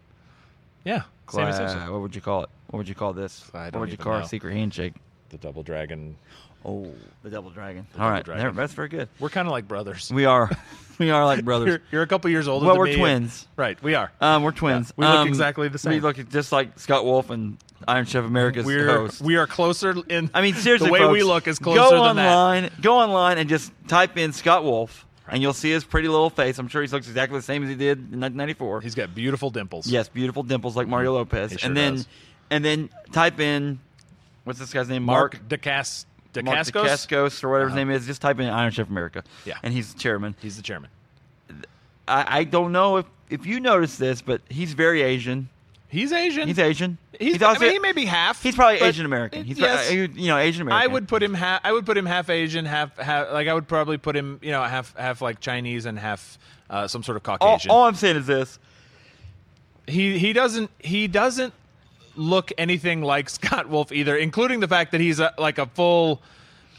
yeah, same as Simpson.
uh, what would you call it? What would you call this?
I
what
don't
would you
even
call our
know.
secret handshake?
the double dragon.
Oh, the double dragon.
double
All right,
dragon.
there- that's very good.
We're kind of like brothers.
We are, we are like
You're,
brothers.
you're a couple years older.
Well,
than
we're
me.
twins.
right? We are.
Um, we're twins.
we look
Um,
exactly the
We
same.
look just like Scott Wolf and Iron Chef America's
we're
host.
we are closer in.
I mean, seriously,
the way we
folks,
look is closer
go
than that.
online, Go online and just type in Scott Wolf, and you'll see his pretty little face. I'm sure he looks exactly the same as he did in 1994.
He's Mm-hmm. got beautiful dimples.
yes, beautiful dimples like Mario Lopez.
He sure
and then,
does.
and then type in what's this guy's name?
Mark DeCas
Mark
DeCascos.
DeCascos or whatever his
Uh-huh.
name is. Just type in Iron Chef America.
Yeah.
and he's the chairman.
He's the chairman.
I, I don't know if if you notice this, but he's very Asian.
He's Asian.
He's Asian.
He's, I mean, he may be half.
He's probably
but-
Asian American. He's
yes.
pro- uh, you know Asian
I
American.
would put him half. I would put him half Asian, half half. Like I would probably put him, you know, half half like Chinese and half uh, some sort of
All,
Caucasian.
all I'm saying is this.
he he doesn't he doesn't look anything like Scott Wolf either, including the fact that he's a, like a full.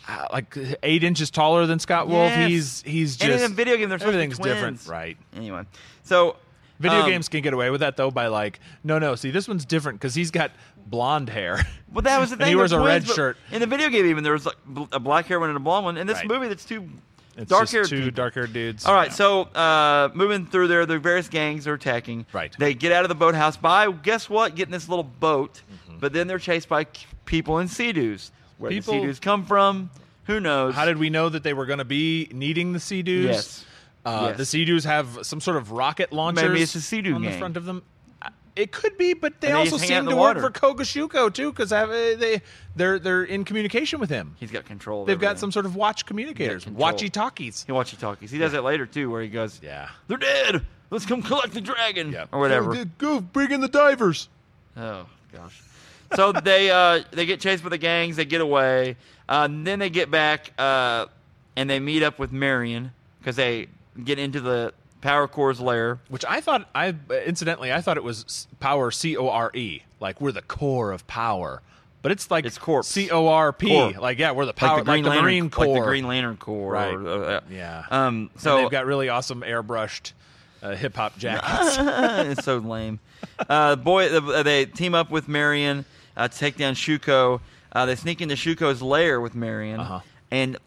uh, Like eight inches taller than Scott Wolf,
Yes.
he's he's just
And in a video game, they're supposed to be
everything's different,
twins.
right?
Anyway, so
Video
um,
games can get away with that though by like, no, no. See, this one's different because he's got blonde hair.
Well, that was the
And
thing.
he wears
they're
a red
twins, but
shirt.
In the video game, even there was like bl- a black hair one and a blonde one. In this
Right.
movie, that's two
It's
dark
just
haired
two dark haired dudes.
All right, so uh, moving through there, the various gangs are attacking.
Right.
They get out of the boathouse by guess what? Getting this little boat, but then they're chased by k- people in Sea-Doos. Where
Mm-hmm. People-
the Sea-Doos come from? Who knows?
How did we know that they were going to be needing the sea dudes?
Yes.
Uh,
Yes.
The sea dudes have some sort of rocket launchers.
Maybe it's the Sea-Doo
on the
gang.
front of them. Uh, It could be, but they,
And they
also
just hang out in
seem
the
to work
water.
for Kogashuko too, because they they're they're in communication with him.
He's got control. of
They've got
everything.
some sort of watch communicators,
control.
watchy talkies.
He watchy talkies. He does it later too, where he goes,
Yeah.
they're dead. Let's come collect the dragon
Yeah.
or whatever."
Go, bring in the divers.
Oh gosh. So they uh, they get chased by the gangs. They get away. Uh, and then they get back uh, and they meet up with Marion because they get into the power core's lair.
Which I thought, I incidentally, I thought it was s- power C O R E, like we're the core of power, but it's like
It's corpse.
C O R P,
Core.
like yeah, we're the power, like the,
Lantern,
Marine Corps,
like the Green Lantern Corps.
Right.
or, uh, uh,
yeah.
Um.
so
So
they've got really awesome airbrushed uh, hip hop jackets.
it's so lame. Uh, boy, the, they team up with Marion uh, to take down Shuko. Uh, they sneak into Shuko's lair with Marion,
Uh-huh.
and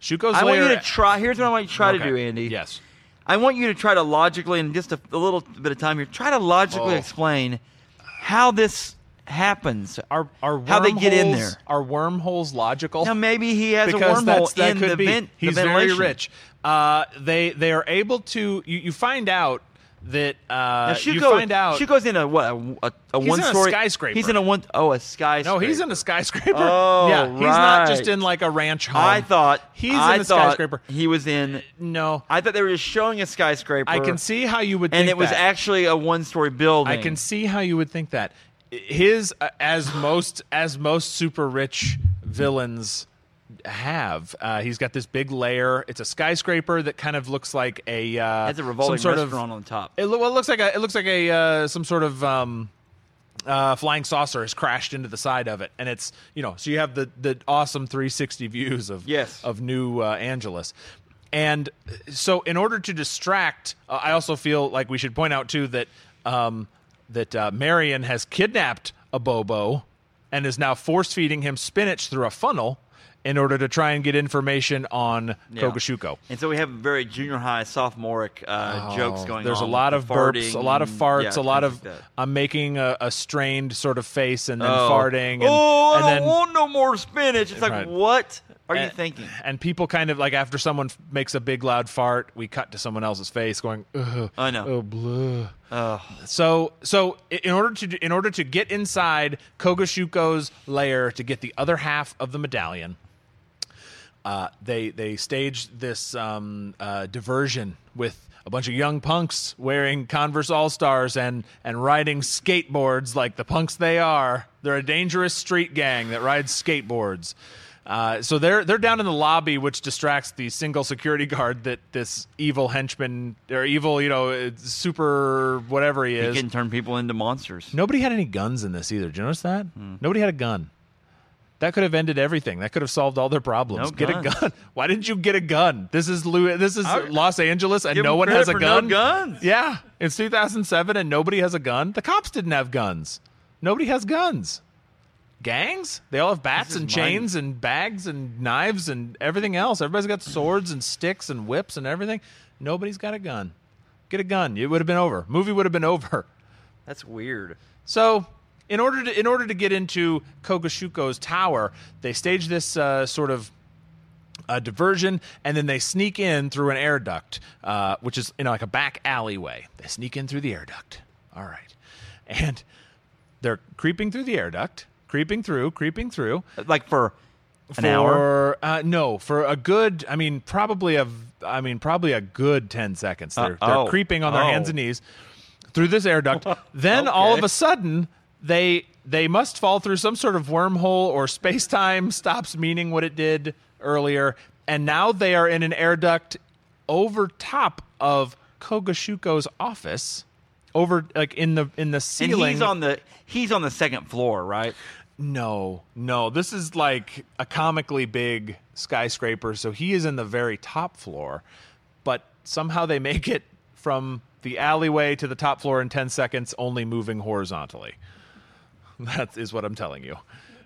Shuko's
I want you
lair-
to try. Here's what I want you to try to
Okay.
do, Andy.
Yes,
I want you to try to logically, in just a, a little bit of time here, try to logically
Oh.
explain how this happens.
Are are
How they get in
wormholes-
there.
Are wormholes logical?
Now maybe he has
because
a
that's,
wormhole
that
in
could
the
be.
vent. the
He's very
ventilation.
rich. Uh, they they are able to. You, you find out that uh,
Now,
you
Shuko-
find out.
Shuko's in a what? A, a, a
He's
one
in a
story
skyscraper.
He's in a one oh a
no,
skyscraper.
he's in a skyscraper.
Oh,
yeah, he's not just
right.
in like a ranch home.
I thought
Oh. he's
I
in a
thought
skyscraper.
He was in.
No,
I thought they were just showing a skyscraper.
I can see how you would.
and
think
it was
that.
actually a one story building.
I can see how you would think that. His uh, as most as most super rich villains have. Uh, he's got this big layer. It's a skyscraper that kind of looks like a uh,
That's a revolving
some sort
restaurant
of.
on top.
It, lo- well, it looks like a it looks like a uh, some sort of. Um, uh, flying saucer has crashed into the side of it, and it's you know so you have the the awesome 360 views of
Yes.
of New uh, Angeles, and so in order to distract, uh, I also feel like we should point out too that um, that uh, Marion has kidnapped a Bobo and is now force feeding him spinach through a funnel in order to try and get information on
Yeah.
Kogashuko.
And so we have very junior high, sophomoric uh, jokes going
Oh, There's
on.
a lot
with
of
the
burps, a
farting
lot of
and-
farts,
yeah,
a lot
things
of
like that.
I'm making a, a strained sort of face and then
Oh.
farting. And,
oh, I
and
don't
then,
want no more spinach. It's like,
Right. Eh.
what are you
and-
thinking?
And people kind of like after someone f- makes a big loud fart, we cut to someone else's face going, Ugh,
I know.
oh, blah.
Ugh.
So, so i- in order to do- in order to get inside Kogashuko's lair to get the other half of the medallion, uh, they they staged this um, uh, diversion with a bunch of young punks wearing Converse All Stars and and riding skateboards like the punks they are. They're a dangerous street gang that rides skateboards. Uh, so they're they're down in the lobby, which distracts the single security guard that this evil henchman or evil you know uh, super whatever he
You
is.
can turn people into monsters.
Nobody had any guns in this either. Did you notice that?
Hmm.
Nobody had a gun. That could have ended everything. That could have solved all their problems.
No
get
guns.
a gun. Why didn't you get a gun? This is Louis, this is
I-
Los Angeles, and
Give
no
them
one has
credit
a
for no
gun.
guns.
Yeah, it's 2007, and nobody has a gun. The cops didn't have guns. Nobody has guns. Gangs? They all have bats
is
and
mind-
chains and bags and knives and everything else. Everybody's got swords and sticks and whips and everything. Nobody's got a gun. Get a gun. It would have been over. Movie would have been over.
That's weird.
So, in order to in order to get into Kogashuko's tower, they stage this uh, sort of uh, diversion, and then they sneak in through an air duct, uh, which is you know like a back alleyway. They sneak in through the air duct. All right, and they're creeping through the air duct, creeping through, creeping through.
Like for an
for,
hour.
Uh, no, for a good. I mean, probably a. I mean, probably a good ten seconds. They're,
Uh,
they're
oh.
creeping on their
Oh.
hands and knees through this air duct. then all of
Okay.
a sudden, they they must fall through some sort of wormhole or space time stops meaning what it did earlier, and now they are in an air duct over top of Kogashuko's office, over like in the in the
And
ceiling.
he's on the he's on the second floor, right?
No, no. This is like a comically big skyscraper, so he is in the very top floor, but somehow they make it from the alleyway to the top floor in 10 seconds, only moving horizontally. That is what I'm telling you.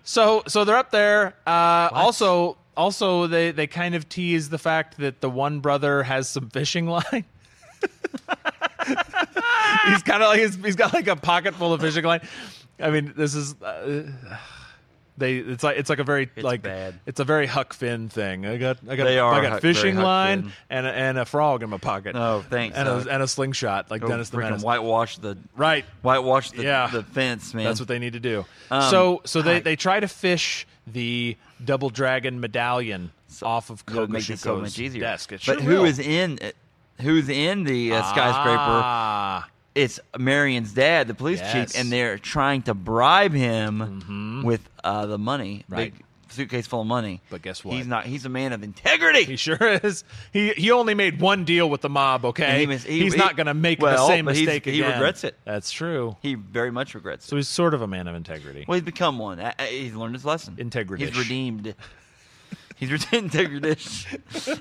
So, so they're up there. Uh, also, also they, they kind of tease the fact that the one brother has some fishing line. he's kind of like he's, he's got like a pocket full of fishing line. I mean, this is uh, they. It's like it's like a very like
bad.
it's a very Huck Finn thing. I got I got
They are
I got
Huck- very
fishing
Huck
line
Finn.
and a, and a frog in my pocket.
Oh, thanks,
And,
Huck.
a, and a slingshot like
Go
Dennis the
freaking
Menace.
whitewash the
Right.
whitewash the,
Yeah.
the fence, man.
That's what they need to do.
Um,
so so they,
I-
they try to fish the double dragon medallion off of
That would make this
Kogashuko's
so much easier.
desk. It
but
sure
who
will.
is in who's in the uh, skyscraper?
Ah,
It's Marion's dad, the police
Yes. Mm-hmm.
chief, and they're trying to bribe him with uh, the money,
Right.
big suitcase full of money.
But guess what?
He's not. He's a man of integrity.
he sure is. He he only made one deal with the mob. Okay,
And he was- he-
he's
he-
not going to make
well,
the same
but he's-
mistake
he
again.
regrets it.
That's true.
he very much regrets it.
So he's sort of a man of integrity.
Well, he's become one. I, I- he's learned his lesson.
Integrity.
He's redeemed. He's redeemed integrity.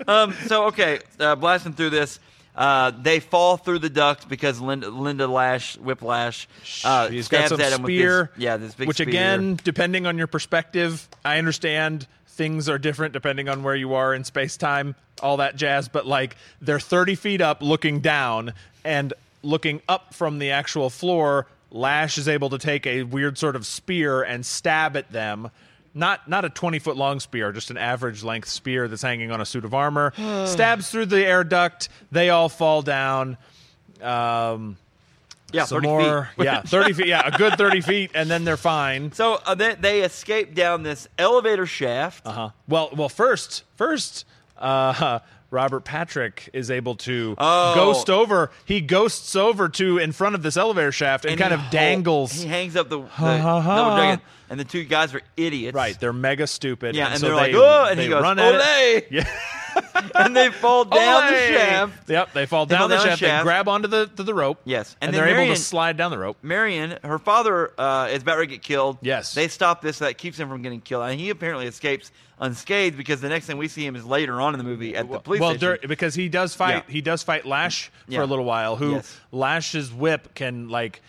um, so okay, uh, blasting through this. Uh, they fall through the duct because Linda, Linda Lash, Whiplash, uh,
he's
stabs
got some
at him
spear.
with this, yeah, this big
which
spear.
again, depending on your perspective, I understand things are different depending on where you are in space time, all that jazz, but like they're 30 feet up looking down and looking up from the actual floor. Lash is able to take a weird sort of spear and stab at them. Not not a 20 foot long spear, just an average length spear that's hanging on a suit of armor. stabs through the air duct. They all fall down. Um,
Yeah,
some
30
more.
feet.
Yeah, 30 feet. Yeah, a good 30 feet, and then they're fine.
So uh, they, they escape down this elevator shaft.
Uh-huh. Well, well, first, first, uh, Robert Patrick is able to
Oh.
ghost over. He ghosts over to in front of this elevator shaft and, kind
he
of
hol-
dangles.
He hangs up the, the
ha, ha.
double dragon, and the two guys are idiots.
right, they're mega stupid.
Yeah, and,
so
they're
they,
like, oh, and
they
he goes,
run at it.
"Olé!"
Yeah.
and they fall down the
Olé!
shaft.
Yep, they fall
They
down
fall
the
down the
shaft. They
shaft.
grab onto the to the rope.
Yes,
and,
and
they're
then
able
Marion-
to slide down the rope.
Marion, her father uh, is about to get killed.
Yes.
They stop this, so that keeps him from getting killed. And he apparently escapes unscathed because the next thing we see him is later on in the movie at the police
well,
station.
dur- because he does fight,
Yeah.
he does fight Lash
Yeah.
for a little while. Who
Yes.
Lash's whip can like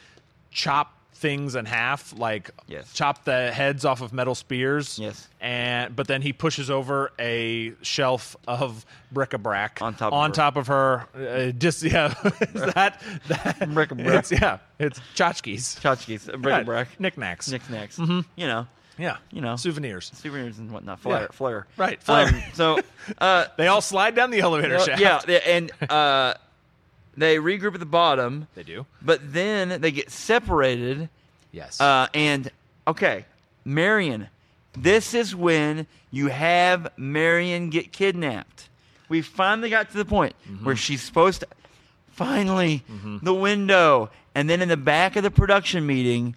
chop things in half, like
Yes.
chop the heads off of metal spears.
Yes.
and but then he pushes over a shelf of bric-a-brac
On top of
on
her.
top of her. Uh, just yeah, is that, that
Bric-a-brac.
It's, yeah, it's tchotchkes.
Tchotchkes, a bric-a-brac,
knickknacks.
knickknacks. You know,
yeah,
you know.
souvenirs.
souvenirs and whatnot. Flare,
Mm-hmm. Yeah.
flare.
Right, flare.
Um, so, uh,
They all slide down the elevator
well,
shaft.
yeah, they- and uh, they regroup at the bottom,
they do.
but then they get separated.
Yes.
Uh, and okay, Marion, this is when you have Marion get kidnapped. We finally got to the point where she's supposed to finally the window, and then in the back of the production meeting,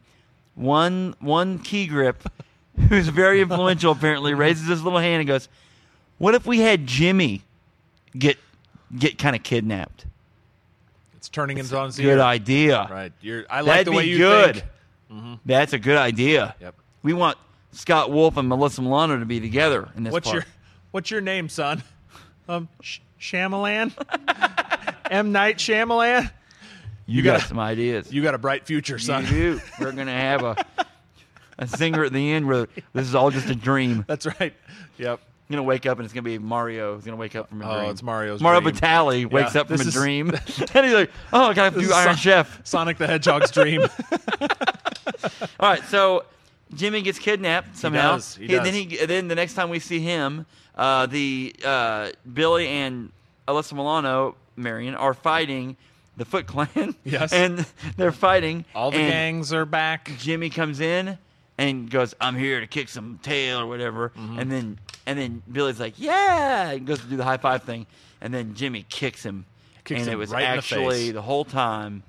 one one key grip, who's very influential apparently, raises his little hand and goes, "What if we had Jimmy get get kind of kidnapped?
it's turning into on its
Good
ear.
idea.
Right. You're, I like
That'd
the way
be
you
good. Mm-hmm.
think.
That's a good idea.
Yep.
We want Scott Wolf and Melissa Milano to be together in this
What's
part.
your What's your name, son? Um, Sh- Shyamalan. M. Night Shyamalan.
you,
you
got
gotta-
some ideas.
You got a bright future, son.
You do. We're gonna have a a singer at the end where this is all just a dream.
That's right.
You're
Yep.
gonna wake up and it's gonna be Mario. He's gonna wake up from a
Oh,
dream.
it's Mario's
Mario
dream.
Vitale wakes
Yeah,
up from a
this is-
dream, and he's like, "Oh, I gotta
This
do
is
Iron
Son-
Chef."
Sonic the Hedgehog's dream.
All right, so Jimmy gets kidnapped somehow.
does, he does.
Then he then the next time we see him, uh, the uh, Billy and Alyssa Milano, Marion, are fighting the Foot Clan.
Yes.
and they're fighting.
All the
and
gangs are back.
Jimmy comes in and goes, "I'm here to kick some tail or whatever,"
Mm-hmm.
and then and then Billy's like, "Yeah," and goes to do the high five thing, and then Jimmy kicks him,
Kicks
and
him
it was
right in the
actually
face.
whole time,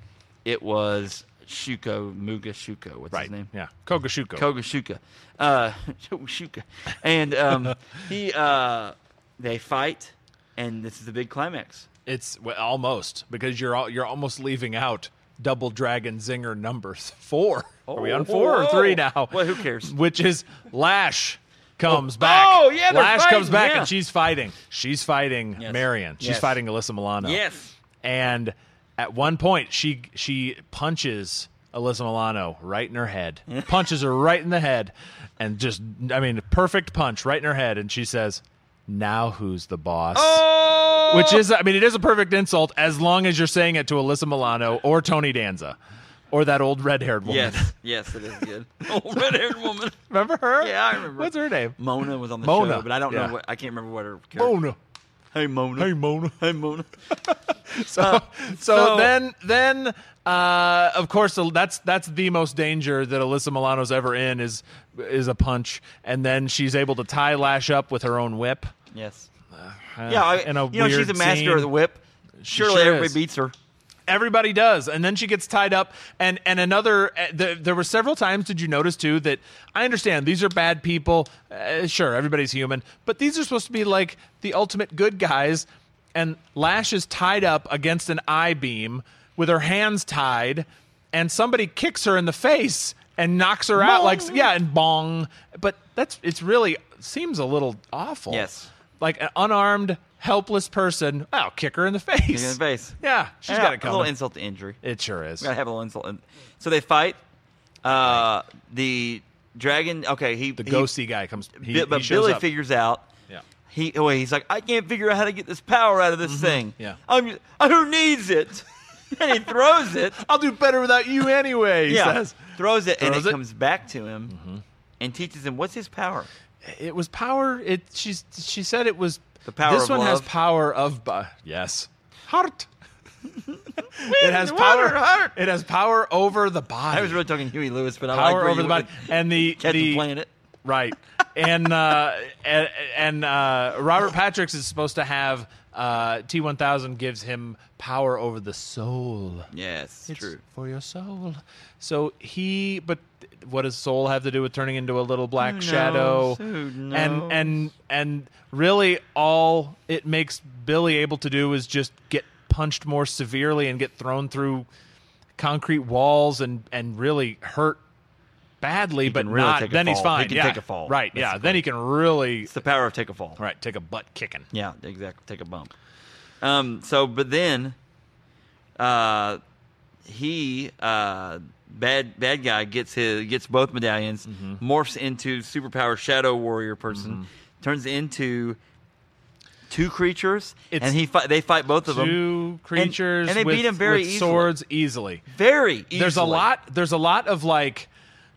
it was Shuko Muga Shuko. What's
Right.
his name?
Yeah. Kogashuko.
Kogashuka. Uh, Shuka. And um, he, uh, they fight, and this is the big climax.
it's well, almost because you're all, you're almost leaving out Double Dragon Zinger numbers four. are we on four or
Oh.
three now?
Well, who cares?
Which is Lash comes back.
oh, yeah, they're
Lash comes
fighting,
back
yeah.
and she's fighting. She's fighting
Yes.
Marion. She's
Yes.
fighting Alyssa Milano.
Yes.
And at one point, she she punches Alyssa Milano right in her head. punches her right in the head, and just I mean, perfect punch right in her head. And she says, "Now who's the boss?"
Oh!
Which is, I mean, it is a perfect insult as long as you're saying it to Alyssa Milano or Tony Danza or that old red haired woman.
Yes, yes, it is good.
Oh,
Old red haired woman.
remember her?
Yeah, I remember.
What's her name?
Mona was on the
Mona,
show, but I don't
yeah.
know what, I can't remember what her character
Mona.
Hey, Mona.
Hey, Mona.
Hey, Mona.
So, so,
Uh, so-
then, then, uh, of course, that's that's the most danger that Alyssa Milano's ever in is is a punch, and then she's able to tie Lash up with her own whip.
Yes.
uh,
Yeah, I,
in a
you know, she's
weird
a master
scene.
of the whip. Surely
sure
everybody
is.
beats her.
Everybody does, and then she gets tied up. And and another, uh, the, there were several times. Did you notice too that I understand these are bad people. Uh, sure, everybody's human, but these are supposed to be like the ultimate good guys. And Lash is tied up against an I beam with her hands tied, and somebody kicks her in the face and knocks her out. Like yeah, and bong. But that's it's really seems a little awful.
Yes.
like an unarmed. Helpless person, oh, kick her in the face.
her in the face.
Yeah, she's
Yeah,
got it
A little
coming.
insult to injury.
It sure is.
gotta have a little insult. in- So they fight. Uh, the Dragon. Okay, he
The
he-
ghosty guy comes. He,
Bi- but
he shows
Billy
up.
figures out.
Yeah.
He oh, wait, he's like, I can't figure out how to get this power out of this thing.
Mm-hmm. yeah.
I'm uh, who needs it? and he throws it.
I'll do better without you anyway. He
yeah.
says.
Throws it and
Throws
it,
it. Mm-hmm.
comes back to him and teaches him what's his power.
It was power. It she's she said it was
The power
This
of
one has
love.
power of bu- yes heart. it has
water,
power.
heart.
It has power over the body.
I was really talking Huey Lewis, but I like
power
where
over
you
the body
went
and the
Catch
the
the planet.
right and uh, and, and uh, Robert Patrick's is supposed to have uh, T one thousand gives him power over the soul.
Yes,
It's
true.
for your soul. So he, but what does soul have to do with turning into a little black
Who
shadow?
knows? Who
And and and really, all it makes Billy able to do is just get punched more severely and get thrown through concrete walls and and really hurt badly. but
can really
not
take a
then he's
fall.
fine.
He can
yeah.
take a fall,
Right. Yeah. Then he can really
It's the power of take a fall.
right take a butt kicking.
Yeah, exactly. Take a bump. Um, so, but then, uh, he uh, bad bad guy gets his gets both medallions,
Mm-hmm.
morphs into superpower shadow warrior person, turns into two creatures,
It's
and he fight. They fight both of them
Two creatures
and they
with,
beat him very
with
easily.
swords easily.
very easily.
there's a lot there's a lot of like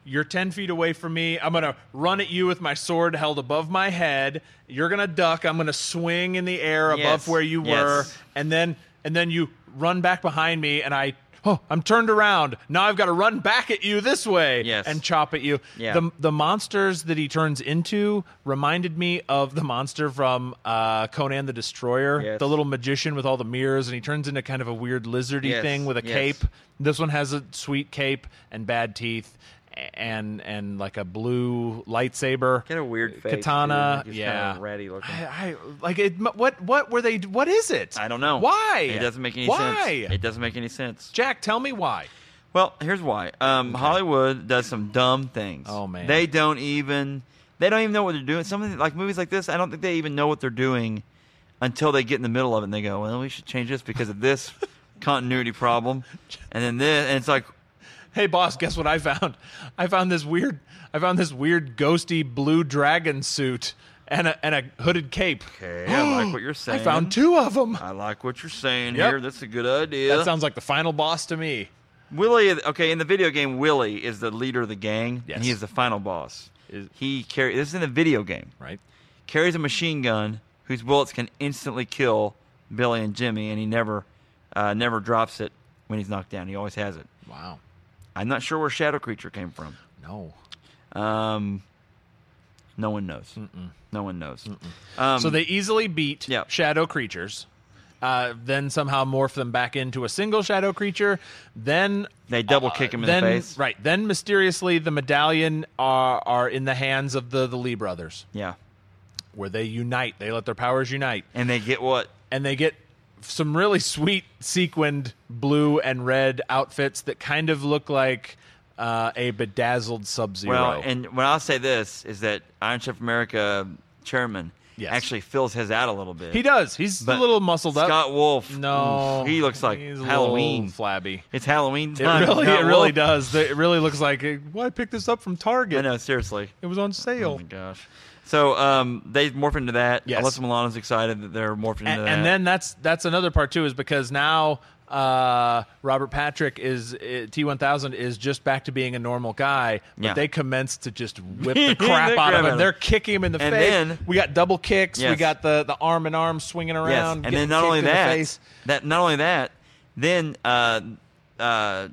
you're 10 feet away from me i'm gonna run at you with my sword held above my head you're gonna duck i'm gonna swing in the air above
Yes,
where you
yes.
were and then and then you run back behind me and i oh i'm turned around now i've got to run back at you this way
Yes.
and chop at you
Yeah.
the, the monsters that he turns into reminded me of the monster from uh, conan the destroyer
Yes.
the little magician with all the mirrors and he turns into kind of a weird lizardy
Yes,
thing with a
yes.
cape this one has a sweet cape and bad teeth a- and and like a blue lightsaber.
Got a weird face,
katana.
dude. Like, he's
yeah,
kinda ratty looking.
I, I like it. m- What what were they? What is it?
I don't know
Why
It doesn't make any
Why?
sense. It doesn't make any sense.
Jack, tell me why.
Well, here's why. Um, Hollywood does some dumb things.
Oh, man.
they don't even they don't even know what they're doing. Something like movies like this, I don't think they even know what they're doing until they get in the middle of it and they go, "Well, we should change this because of this continuity problem," and then this, and it's like,
Hey boss, guess what I found? I found this weird. I found this weird ghosty blue dragon suit and a and a hooded cape.
"Okay, I like what you're saying. Uh,
I found two of them.
I like what you're saying
Yep.
here. That's a good idea."
That sounds like the final boss to me.
Willie, okay, in the video game, Willie is the leader of the gang,
Yes.
and he is the final boss.
Is-
he carry this is in the video game.
Right.
carries a machine gun whose bullets can instantly kill Billy and Jimmy, and he never uh, never drops it when he's knocked down. He always has it.
Wow.
I'm not sure where Shadow Creature came from.
No.
Um, no one knows. No one knows. Um,
So they easily beat
Yeah.
shadow creatures, uh, then somehow morph them back into a single shadow creature. Then uh,
They double kick him in the
then-
face.
Right. Then mysteriously, the medallion are are in the hands of the the Lee brothers,
yeah,
where they unite. They let their powers unite,
and they get what?
and they get some really sweet sequined blue and red outfits that kind of look like uh, a bedazzled Sub Zero.
Well, and when I'll say this is that Iron Chef America chairman
Yes.
actually fills his out a little bit.
he does. He's
But
a little muscled
Scott
up.
Wolf.
No,
oof, he looks like
he's a little
Halloween.
flabby.
It's Halloween
It
time.
really,
Scott
it really
Wolf.
does. It really looks like why I picked this up from
I
Target.
know, seriously.
It was on
Oh
sale.
my gosh. So um, they morph into that.
Yes.
Alyssa Milano's excited that they're morphing into
and,
that.
and then that's that's another part too, is because now uh, Robert Patrick is T one thousand is just back to being a normal guy, but
Yeah.
they commence to just whip
They
the crap
grab
out
at
of him.
him.
They're kicking him in the
And
face.
then-
we got double kicks. We
Yes.
got the the arm and arm swinging around.
yes. and
getting
then not only
kicked in the
that,
face.
that not only that, then uh, uh,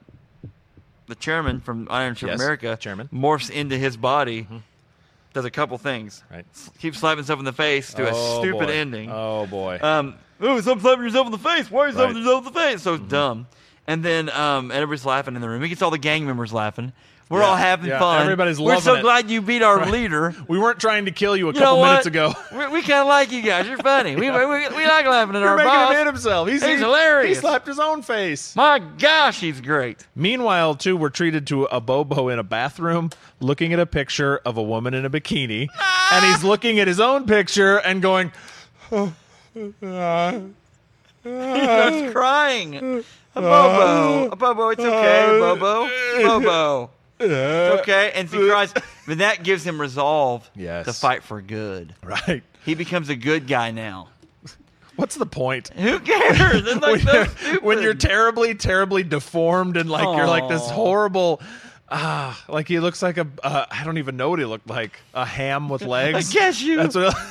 the chairman from Iron Chef
Yes,
America
chairman. Mm-hmm.
morphs into his body. Does a couple things.
Right.
S- Keeps slapping himself in the face to
Oh,
a stupid
boy.
ending.
Oh boy.
Um, oh, stop slapping yourself in the face. Why are you slapping
Right. Mm-hmm.
yourself in the face? So dumb. And then um, and everybody's laughing in the room. He gets all the gang members laughing. We're
Yeah,
all having
yeah,
fun.
everybody's
We're
loving
so
it.
glad you beat our leader.
we weren't trying to kill you a
You
couple
know
minutes
what?
ago.
We, we kind of like you guys. You're funny. we, we, we like laughing at
You're
our
making
boss.
him hit himself. He's,
He's
he-
hilarious.
He slapped his own face.
My gosh, he's great.
Meanwhile, too, we're treated to a Bobo in a bathroom looking at a picture of a woman in a bikini. And he's looking at his own picture and going,
He starts crying. A Bobo. A Bobo. It's okay, Bobo. Bobo. It's okay. And she cries. But that gives him resolve
Yes.
to fight for good.
Right.
He becomes a good guy now.
What's the point?
Who cares? It's like
when,
so
you're,
stupid.
when you're terribly, terribly deformed and like you're like this
Aw.
horrible, ah, like he looks like a, uh, I don't even know what he looked like, a ham with
A
legs.
cashew.
That's what.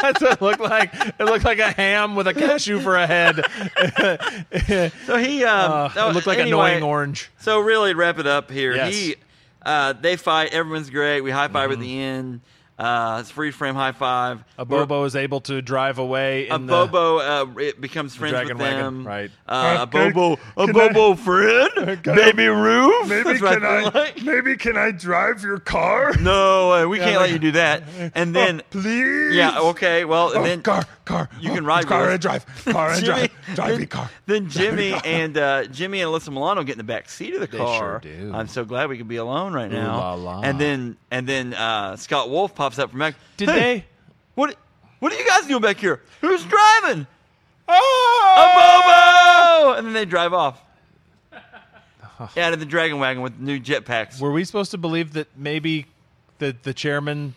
That's what it looked like. It looked like a ham with a cashew for a head.
so he um,
Uh,
oh,
it looked like
anyway,
annoying orange.
So really, to wrap it up here.
Yes. Mm-hmm.
He, uh, they fight. Everyone's great. We high five at the end. Uh, it's free frame high five.
A
We're-
Bobo is able to drive away. In
a
the,
Bobo uh, it becomes friends
Dragon
with them.
Wagon, right.
Uh, a
Okay,
Bobo, a
can I-
Bobo friend,
Can I-
baby Roof.
Maybe
That's what
can I?
feel like.
Maybe can I drive your car?
No, uh, we can't
like-
let you do that. And then,
Oh, please.
yeah, okay, well, and
Oh,
then
car, car.
you
Oh,
can ride
Car
with us.
and drive. Car and
Jimmy,
drive. Drive
then,
me car.
Then Jimmy and uh, Jimmy and Alyssa Milano get in the back seat of the
sure
car.
do.
I'm so glad we could be alone right now.
la la.
And then and then uh, Scott Wolf pops up from back.
Did
"Hey,
they?
What What are you guys doing back here? Who's driving?
Oh!
A Bobo! And then they drive off. Out of the dragon wagon with new jetpacks.
Were we supposed to believe that maybe the the chairman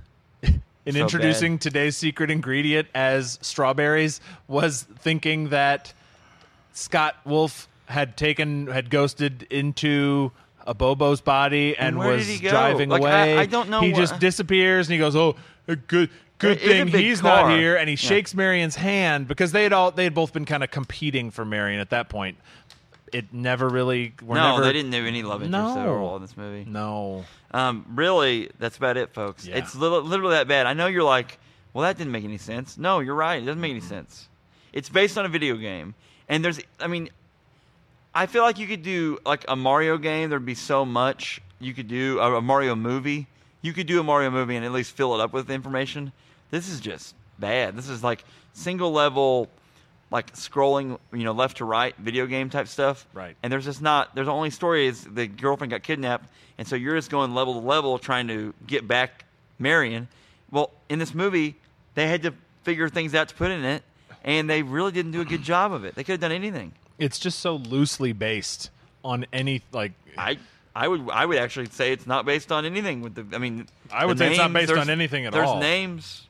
in
So
introducing today's secret ingredient as strawberries was thinking that Scott Wolf had taken had ghosted into a Bobo's body and,
where did
was
he go?
driving
Like, I-
away.
I don't know
He
wh-
just disappears and he goes, "Oh, a good good
It is a
thing
big
he's
car.
not here." And he
Yeah.
shakes Marion's hand because they had all they had both been kind of competing for Marion at that point. It never really. We're
no,
never,
they didn't do any love interest
No.
at all in this movie.
No.
Um, really, that's about it, folks.
Yeah.
It's li- literally that bad. I know you're like, well, that didn't make any sense. No, you're right. It doesn't make any sense. It's based on a video game, and there's, I mean, I feel like you could do like a Mario game. There'd be so much you could do. A, a Mario movie. You could do a Mario movie and at least fill it up with information. This is just bad. This is like single level, like scrolling, you know, left to right video game type stuff.
Right.
And there's just not. There's the only story is the girlfriend got kidnapped, and so you're just going level to level trying to get back Marion. Well, in this movie, they had to figure things out to put in it, and they really didn't do a good job of it. They could have done anything.
it's just so loosely based on any like
I I would I would actually say it's not based on anything with the I mean
I would
the
say it's not based
there's-
on anything at
there's
all.
names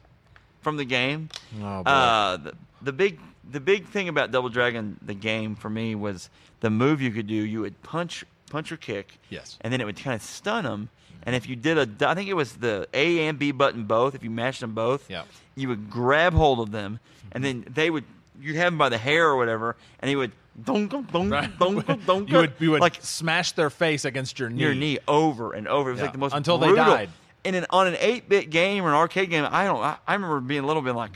from the game.
Oh, boy.
uh, the, the big the big thing about Double Dragon the game for me was the move you could do. You would punch punch or kick.
Yes.
And then it would kind of stun them. And if you did a, d- I think it was the A and B button both. If you mashed them both,
Yeah.
you would grab hold of them, and then they would, you'd have them by the hair or whatever, and he would, dunk, dunk, dunk, dunk, dunk, dunk,
you would you would
like
smash their face against your knee.
your knee over and over. It was
Yeah,
like the most
until they
brutal-
died.
And then on an eight bit game or an arcade game, I don't. I, I remember being little, being like,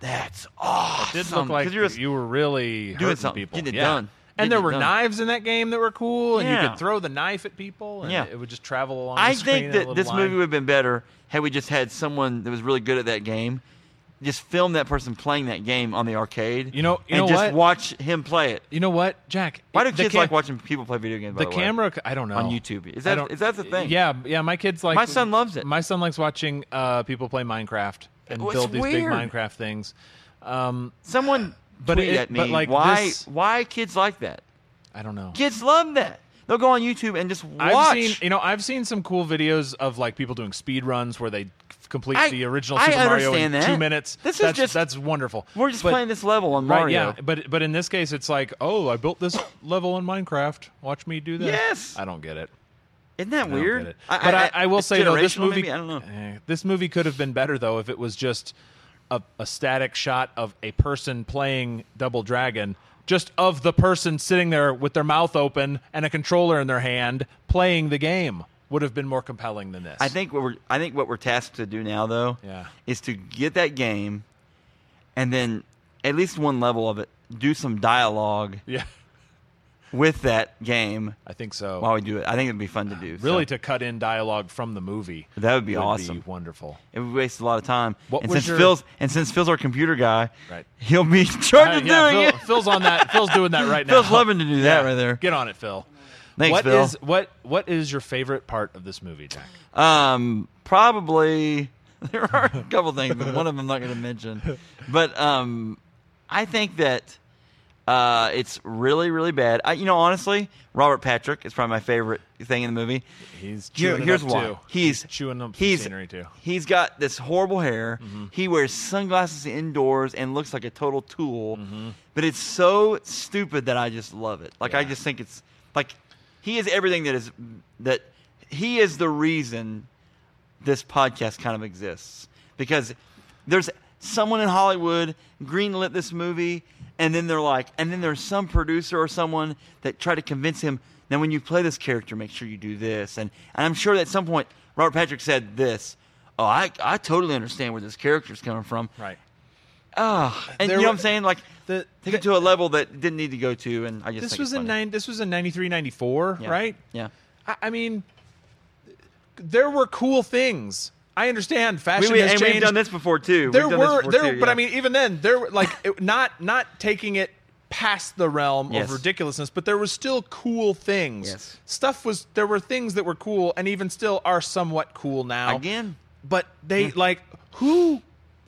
"That's awesome."
Did look like
'Cause you're just-
you were really hurting
something,
people.
getting it
yeah.
done, getting
And there
it
were
done.
knives in that game that were cool, and you
Yeah.
could throw the knife at people, and
Yeah.
it would just travel along.
I
the screen in
think that
a little
this
line.
movie would have been better had we just had someone that was really good at that game, just film that person playing that game on the arcade.
You know- you
and
know
just
what?
watch him play it.
You know what, Jack?
Why do
it- the
kids
ca-
like watching people play video games? By
the,
the, way?
camera? I don't know
on YouTube is
I
that
don't-
is that the thing?
Yeah, yeah. My kids like.
My son loves it.
My son likes watching uh, people play Minecraft and
Oh, it's
build these big
weird.
Minecraft things. Um,
Someone
But
tweeted
it-
at me
but, like,
why
this-
why kids like that.
I don't know.
Kids love that. They'll go on YouTube and just watch.
I've seen, you know, I've seen some cool videos of like people doing speed runs where they f- complete
I-
the original
I
Super Mario in
understand that.
two minutes.
This is
that's,
just-
that's wonderful.
We're just
But-
playing this level on
right,
Mario.
yeah. But but in this case, it's like, oh, I built this level in Minecraft. Watch me do this.
Yes.
I don't get it.
Isn't that
I don't
weird?
get it. but I, I will
it's
say though, this
generational,
movie,
maybe? I don't know.
eh, this movie could have been better though if it was just a, a static shot of a person playing Double Dragon, just of the person sitting there with their mouth open and a controller in their hand playing the game. Would have been more compelling than this.
I think what we're I think what we're tasked to do now though
Yeah.
is to get that game and then at least one level of it do some dialogue
Yeah,
with that game
I think so.
while we do it. I think it'd be fun to do. so
really, to cut in dialogue from the movie.
That would be awesome.
wonderful.
it would waste a lot of time.
What
and
was
since
your-
Phil's and since Phil's our computer guy,
Right.
he'll be in charge of
Uh, yeah,
doing
Phil-
it.
Phil's on that. Phil's doing that right now.
Phil's loving to do that right there.
Get on it, Phil.
Thanks,
What
Phil.
is- what what is your favorite part of this movie, Jack?
Um, probably there are a couple things, but one of them I'm not going to mention. But um, I think that Uh, it's really, really bad. I, you know, honestly, Robert Patrick is probably my favorite thing in the movie.
He's
Here-
chewing it
here's
up,
why.
too.
He's,
chewing up some
he's,
scenery too.
He's got this horrible hair. He wears sunglasses indoors and looks like a total tool. But it's so stupid that I just love it. Like I
Yeah.
just think it's like he is everything that is that he is the reason this podcast kind of exists because there's someone in Hollywood greenlit this movie, and then they're like, and then there's some producer or someone that tried to convince him. Now, when you play this character, make sure you do this, and and I'm sure that at some point Robert Patrick said this. Oh, I I totally understand where this character's coming from.
Right.
Ah, and you
There
know
were-
what I'm saying? Like,
The-
take it to a level that it didn't need to go to, and I just
This
think it's
was in
funny.
nine. This was in 93, 94,
Yeah.
right?
Yeah.
I, I mean, there were cool things. I understand
We,
fashion
we-
has
and
changed.
we've done this before too.
there
We've done this
were
before,
there,
too,
but
yeah.
I mean, even then, there were like it, not not taking it past the realm
Yes.
of ridiculousness, but there were still cool things.
Yes.
Stuff was there were things that were cool, and even still are somewhat cool now.
again,
but they like who?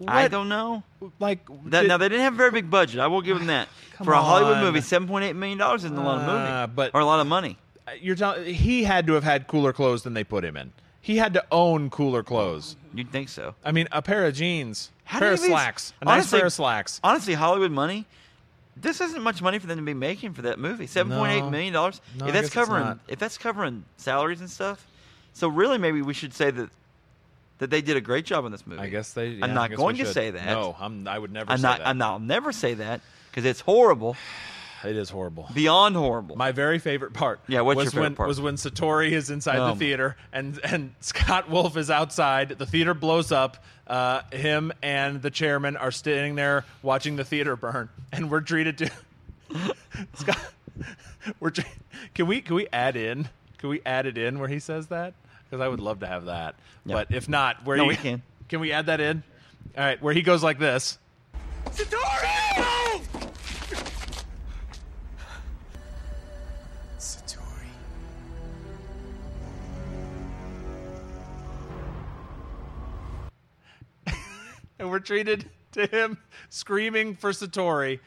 I
what-
don't know.
like.
That,
did-
now they didn't have a very big budget. I will give them that.
Come
For a Hollywood
on.
movie, seven point eight million dollars isn't a lot of
Uh,
money,
but-
or a lot of money.
you're telling he had to have had cooler clothes than they put him in. He had to own cooler clothes.
You'd think so.
I mean, a pair of jeans,
How
a pair
do
of
these-
slacks, a nice
honestly-
pair of slacks.
Honestly, Hollywood money. This isn't much money for them to be making for that movie. Seven point eight
No.
million dollars.
No,
if
I guess
that's
it's
covering,
not.
if that's covering salaries and stuff, so really maybe we should say that that they did a great job in this movie.
I guess they. yeah,
I'm
I
not
guess we
going to
should.
say that.
No, I'm. I would never.
I'm
say
not.
That.
I'm not. I'll never say that because it's horrible,
It is horrible.
beyond horrible.
My very favorite part.
Yeah, what's
was
your favorite
when,
part?
Was when Satori is inside
Oh.
the theater and and Scott Wolf is outside. The theater blows up. Uh, him and the chairman are standing there watching the theater burn, and we're treated to Scott. We're tre- can we can we add in? Can we add it in where he says that? Because I would love to have that.
Yeah.
But if not, where
No,
you,
we can.
Can we add that in? All right, where he goes like this.
Satori.
and we're treated to him screaming for Satori.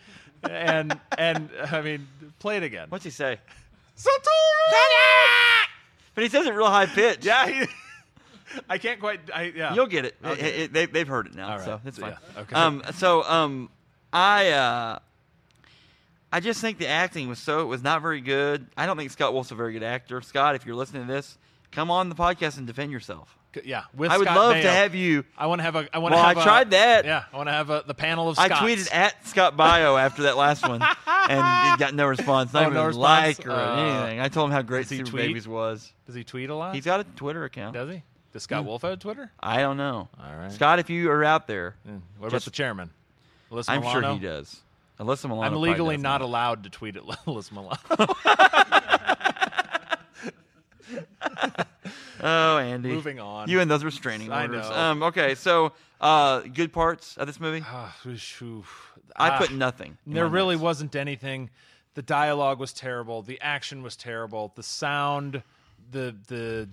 And and I mean, play it again.
What's he say?
Satori?
But he says it real high pitch.
Yeah, he, I can't quite. I, yeah,
You'll get it.
I'll get
It- it- they, they've heard it now,
All right.
so it's fine.
Yeah, okay.
Um, so um, I uh, I just think the acting was so was not very good. I don't think Scott Wolf's a very good actor. Scott, if you're listening to this, come on the podcast and defend yourself.
Yeah, with
I would
Scott
love to
Mayo.
have you.
I want to have a. I want
Well,
to
I
have a-
tried that.
Yeah, I want to have a, the panel of.
I
Scots.
tweeted at Scott Bio after that last one, and it got no response. Not
Oh,
even
no
a
response?
like or
Uh,
anything. I told him how great
does he
Super
tweet?
Babies was.
Does he tweet a lot?
He's got a Twitter account.
Does he? Does Scott
Hmm.
Wolf have a Twitter?
I don't know.
All right.
Scott, if you are out there,
Mm. What
Just-
about the chairman? Alyssa
I'm
Milano?
sure he does. Alyssa Milano.
I'm
probably
legally
does.
not allowed to tweet at Alyssa Milano.
Oh, Andy.
Moving on.
You and those restraining
I
orders.
know.
Um, okay, so uh, good parts of this movie.
Ah, oosh, oof.
I put
Ah.
nothing. in
There
my
really
notes.
wasn't anything. The dialogue was terrible. The action was terrible. The sound, the the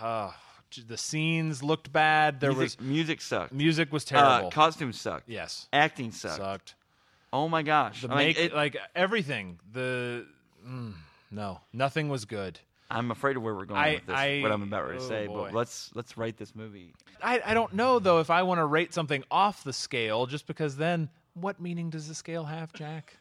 uh, j- the scenes looked bad. There
music,
was
music sucked.
music was terrible.
Uh, costumes sucked.
yes,
Acting sucked.
sucked.
Oh my gosh.
The
I mean,
make
it-
like everything. The mm, no, nothing was good.
I'm afraid of where we're going
I-
with this.
I-
what I'm about to
oh,
say,
boy.
but let's let's rate this movie.
I I don't know though if I want to rate something off the scale just because then what meaning does the scale have, Jack?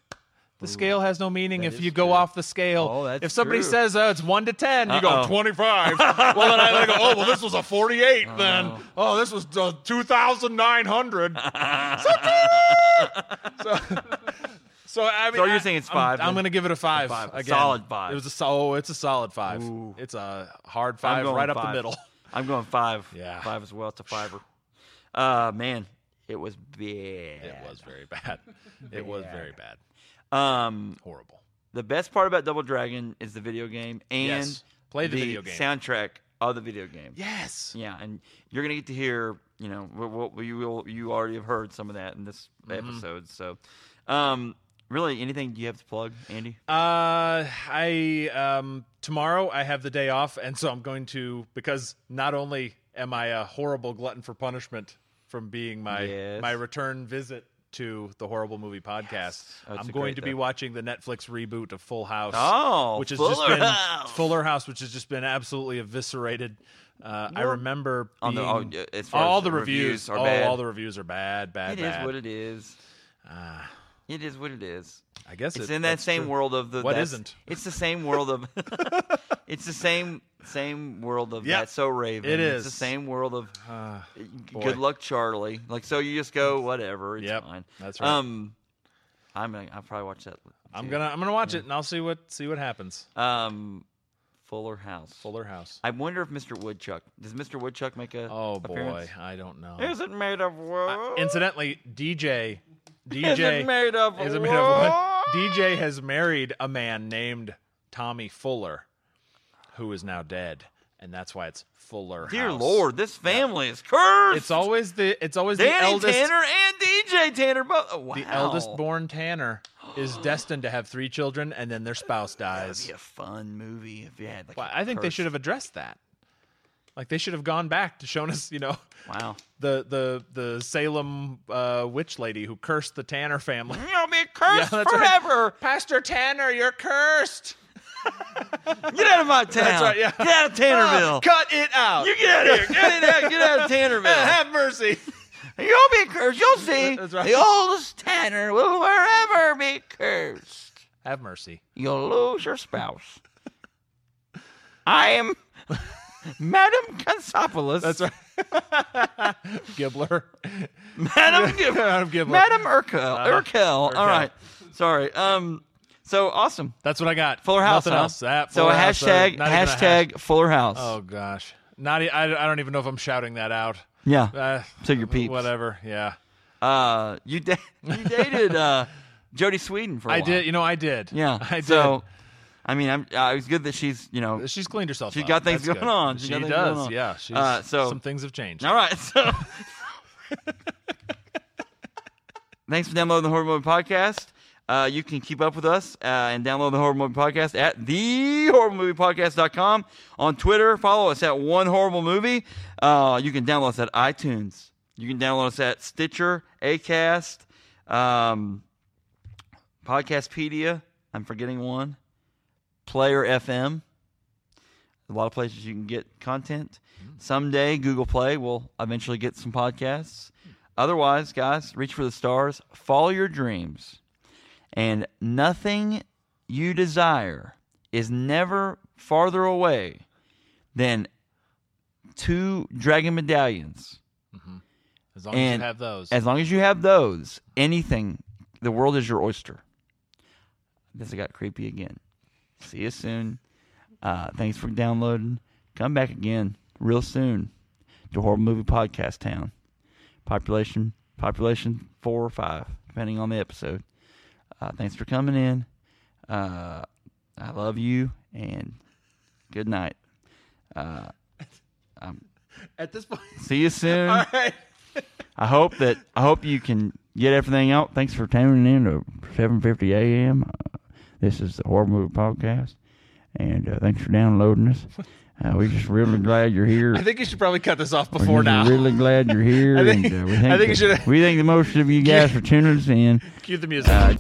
The scale has no meaning if
is
you go
true.
off the scale.
Oh, that's
if somebody
true.
says oh, it's one to 10 you go
Uh-oh.
twenty five. well then I, I go oh well this was a forty eight then oh this was uh, two thousand nine hundred. so, so I mean
So you're
I-
saying it's
I'm-
five,
I'm,
then?
gonna give it a five.
five, a
again.
solid five.
It was a so oh, it's a solid five.
Ooh.
It's a hard
I'm
five
going
right up
five.
the middle.
I'm going five.
Yeah.
Five as well. It's a fiver. Uh, man, it was bad. It
It was very bad. It was very bad.
Um,
Horrible.
the best part about Double Dragon is the video game and
Yes. Play the video game.
soundtrack of the video game.
Yes.
Yeah, and you're gonna get to hear, you know, what, what you will, you already have heard some of that in this
Mm-hmm.
episode. So, um, really, anything you have to plug, Andy?
Uh, I um tomorrow I have the day off, and so I'm going to because not only am I a horrible glutton for punishment from being my
Yes.
my return visit to the Horrible Movie Podcast.
Oh, it's
I'm
a
going
great
to be
day.
watching the Netflix reboot of Full House.
Oh,
which has just
Fuller
been
House.
Fuller House, which has just been absolutely eviscerated. Uh, I remember
On the-
being-
oh, yeah, as far
all
as
the
the
reviews,
reviews are
oh,
bad.
all the reviews are bad,
It
bad,
is
bad.
what it is. It is what it is.
I guess
It's
it-
in that
Ah. that's
same
true.
world of the.
What
that's-
isn't?
It's the same world of. it's the same same world of
Yeah.
that. So Raven.
It
It's the
is.
same world of.
Ah, boy.
good luck, Charlie. Like so, you just go whatever. It's
Yep,
fine.
that's right.
Um, I'm gonna. I'll probably watch that.
I'm
too.
gonna I'm gonna watch it and I'll see what see what happens.
Um, Fuller House.
Fuller House.
I wonder if Mr. Woodchuck does Mr. Woodchuck make a
Oh
appearance?
boy, I don't know.
Is it made of wood?
Incidentally, DJ
is it
DJ
made of
is it
wood?
made of wood? DJ has married a man named Tommy Fuller, who is now dead, and that's why it's Fuller.
Dear
House.
Lord, this family is cursed.
it's always the it's always the
Danny
eldest
Tanner and DJ Tanner both. Oh, wow.
the eldest born Tanner is destined to have three children, and then their spouse
It'd
dies.
be a fun movie if you had like.
Well,
a
I think they
cursed-
should have addressed that. Like they should have gone back to shown us, you know,
Wow.
the the the Salem uh, witch lady who cursed the Tanner family.
You'll be cursed
Yeah, that's right.
forever.
Pastor Tanner, you're cursed.
Get out of my town.
right, yeah. Oh,
Get out of Tannerville.
Ah, Cut it out.
you get out of here. Get it out. Get out of Tannerville.
Have mercy.
You'll be cursed. You'll see.
That's right.
The oldest Tanner will forever be cursed.
Have mercy.
You'll lose your spouse. I am Madam Kansopoulos.
That's right. Gibbler.
Madam Gib-
Madam Gibbler.
Madam Urkel. Urkel.
Uh-huh. Urkel.
All right. Sorry. Um. So awesome.
That's what I got.
Fuller House.
Nothing
huh?
else. That,
so
Fuller
a
House, uh,
hashtag
not even a hash-
hashtag Fuller House.
Oh gosh. Not. e- I, I don't even know if I'm shouting that out.
Yeah.
Uh,
To your peeps.
Whatever. Yeah.
Uh, you da- you dated uh, Jody Sweden for a
I
while.
did. You know, I did.
Yeah.
I did.
So, I mean, I'm. Uh, it was good that she's. You know.
She's cleaned herself.
She
up.
got things
That's good.
going on. She
She,
got things
does.
going on.
Yeah. She's,
Uh, so-
some things have changed.
All right. So. Thanks for downloading the Horror Movie Podcast. Uh, you can keep up with us uh, and download the Horror Movie Podcast at thehorriblemoviepodcast.com. On Twitter, follow us at One Horrible Movie. Uh, you can download us at iTunes. You can download us at Stitcher, Acast, um, Podcastpedia. I'm forgetting one. Player FM. A lot of places you can get content. Someday, Google Play will eventually get some podcasts. Otherwise, guys, reach for the stars, follow your dreams, and nothing you desire is never farther away than two dragon medallions.
As long as
and
you have those.
As long as you have those, anything, the world is your oyster. This got creepy again. See you soon. Uh, thanks for downloading. Come back again real soon to Horrible Movie Podcast Town. Population population four or five, depending on the episode. Uh, thanks for coming in. Uh, I love you and good night.
At this point.
See you soon.
All right.
I hope that I hope you can get everything out. Thanks for tuning in to 7:50 a.m. Uh, this is the Horror Movie Podcast, and uh, thanks for downloading us. Uh, we're just really glad you're here.
I think you should probably cut this off
We're
before
just
now.
really glad you're here.
I think-
and, uh, we
I
think
think you
that-
should-
we thank the most of you guys for tuning us in.
Cue the music.
Uh,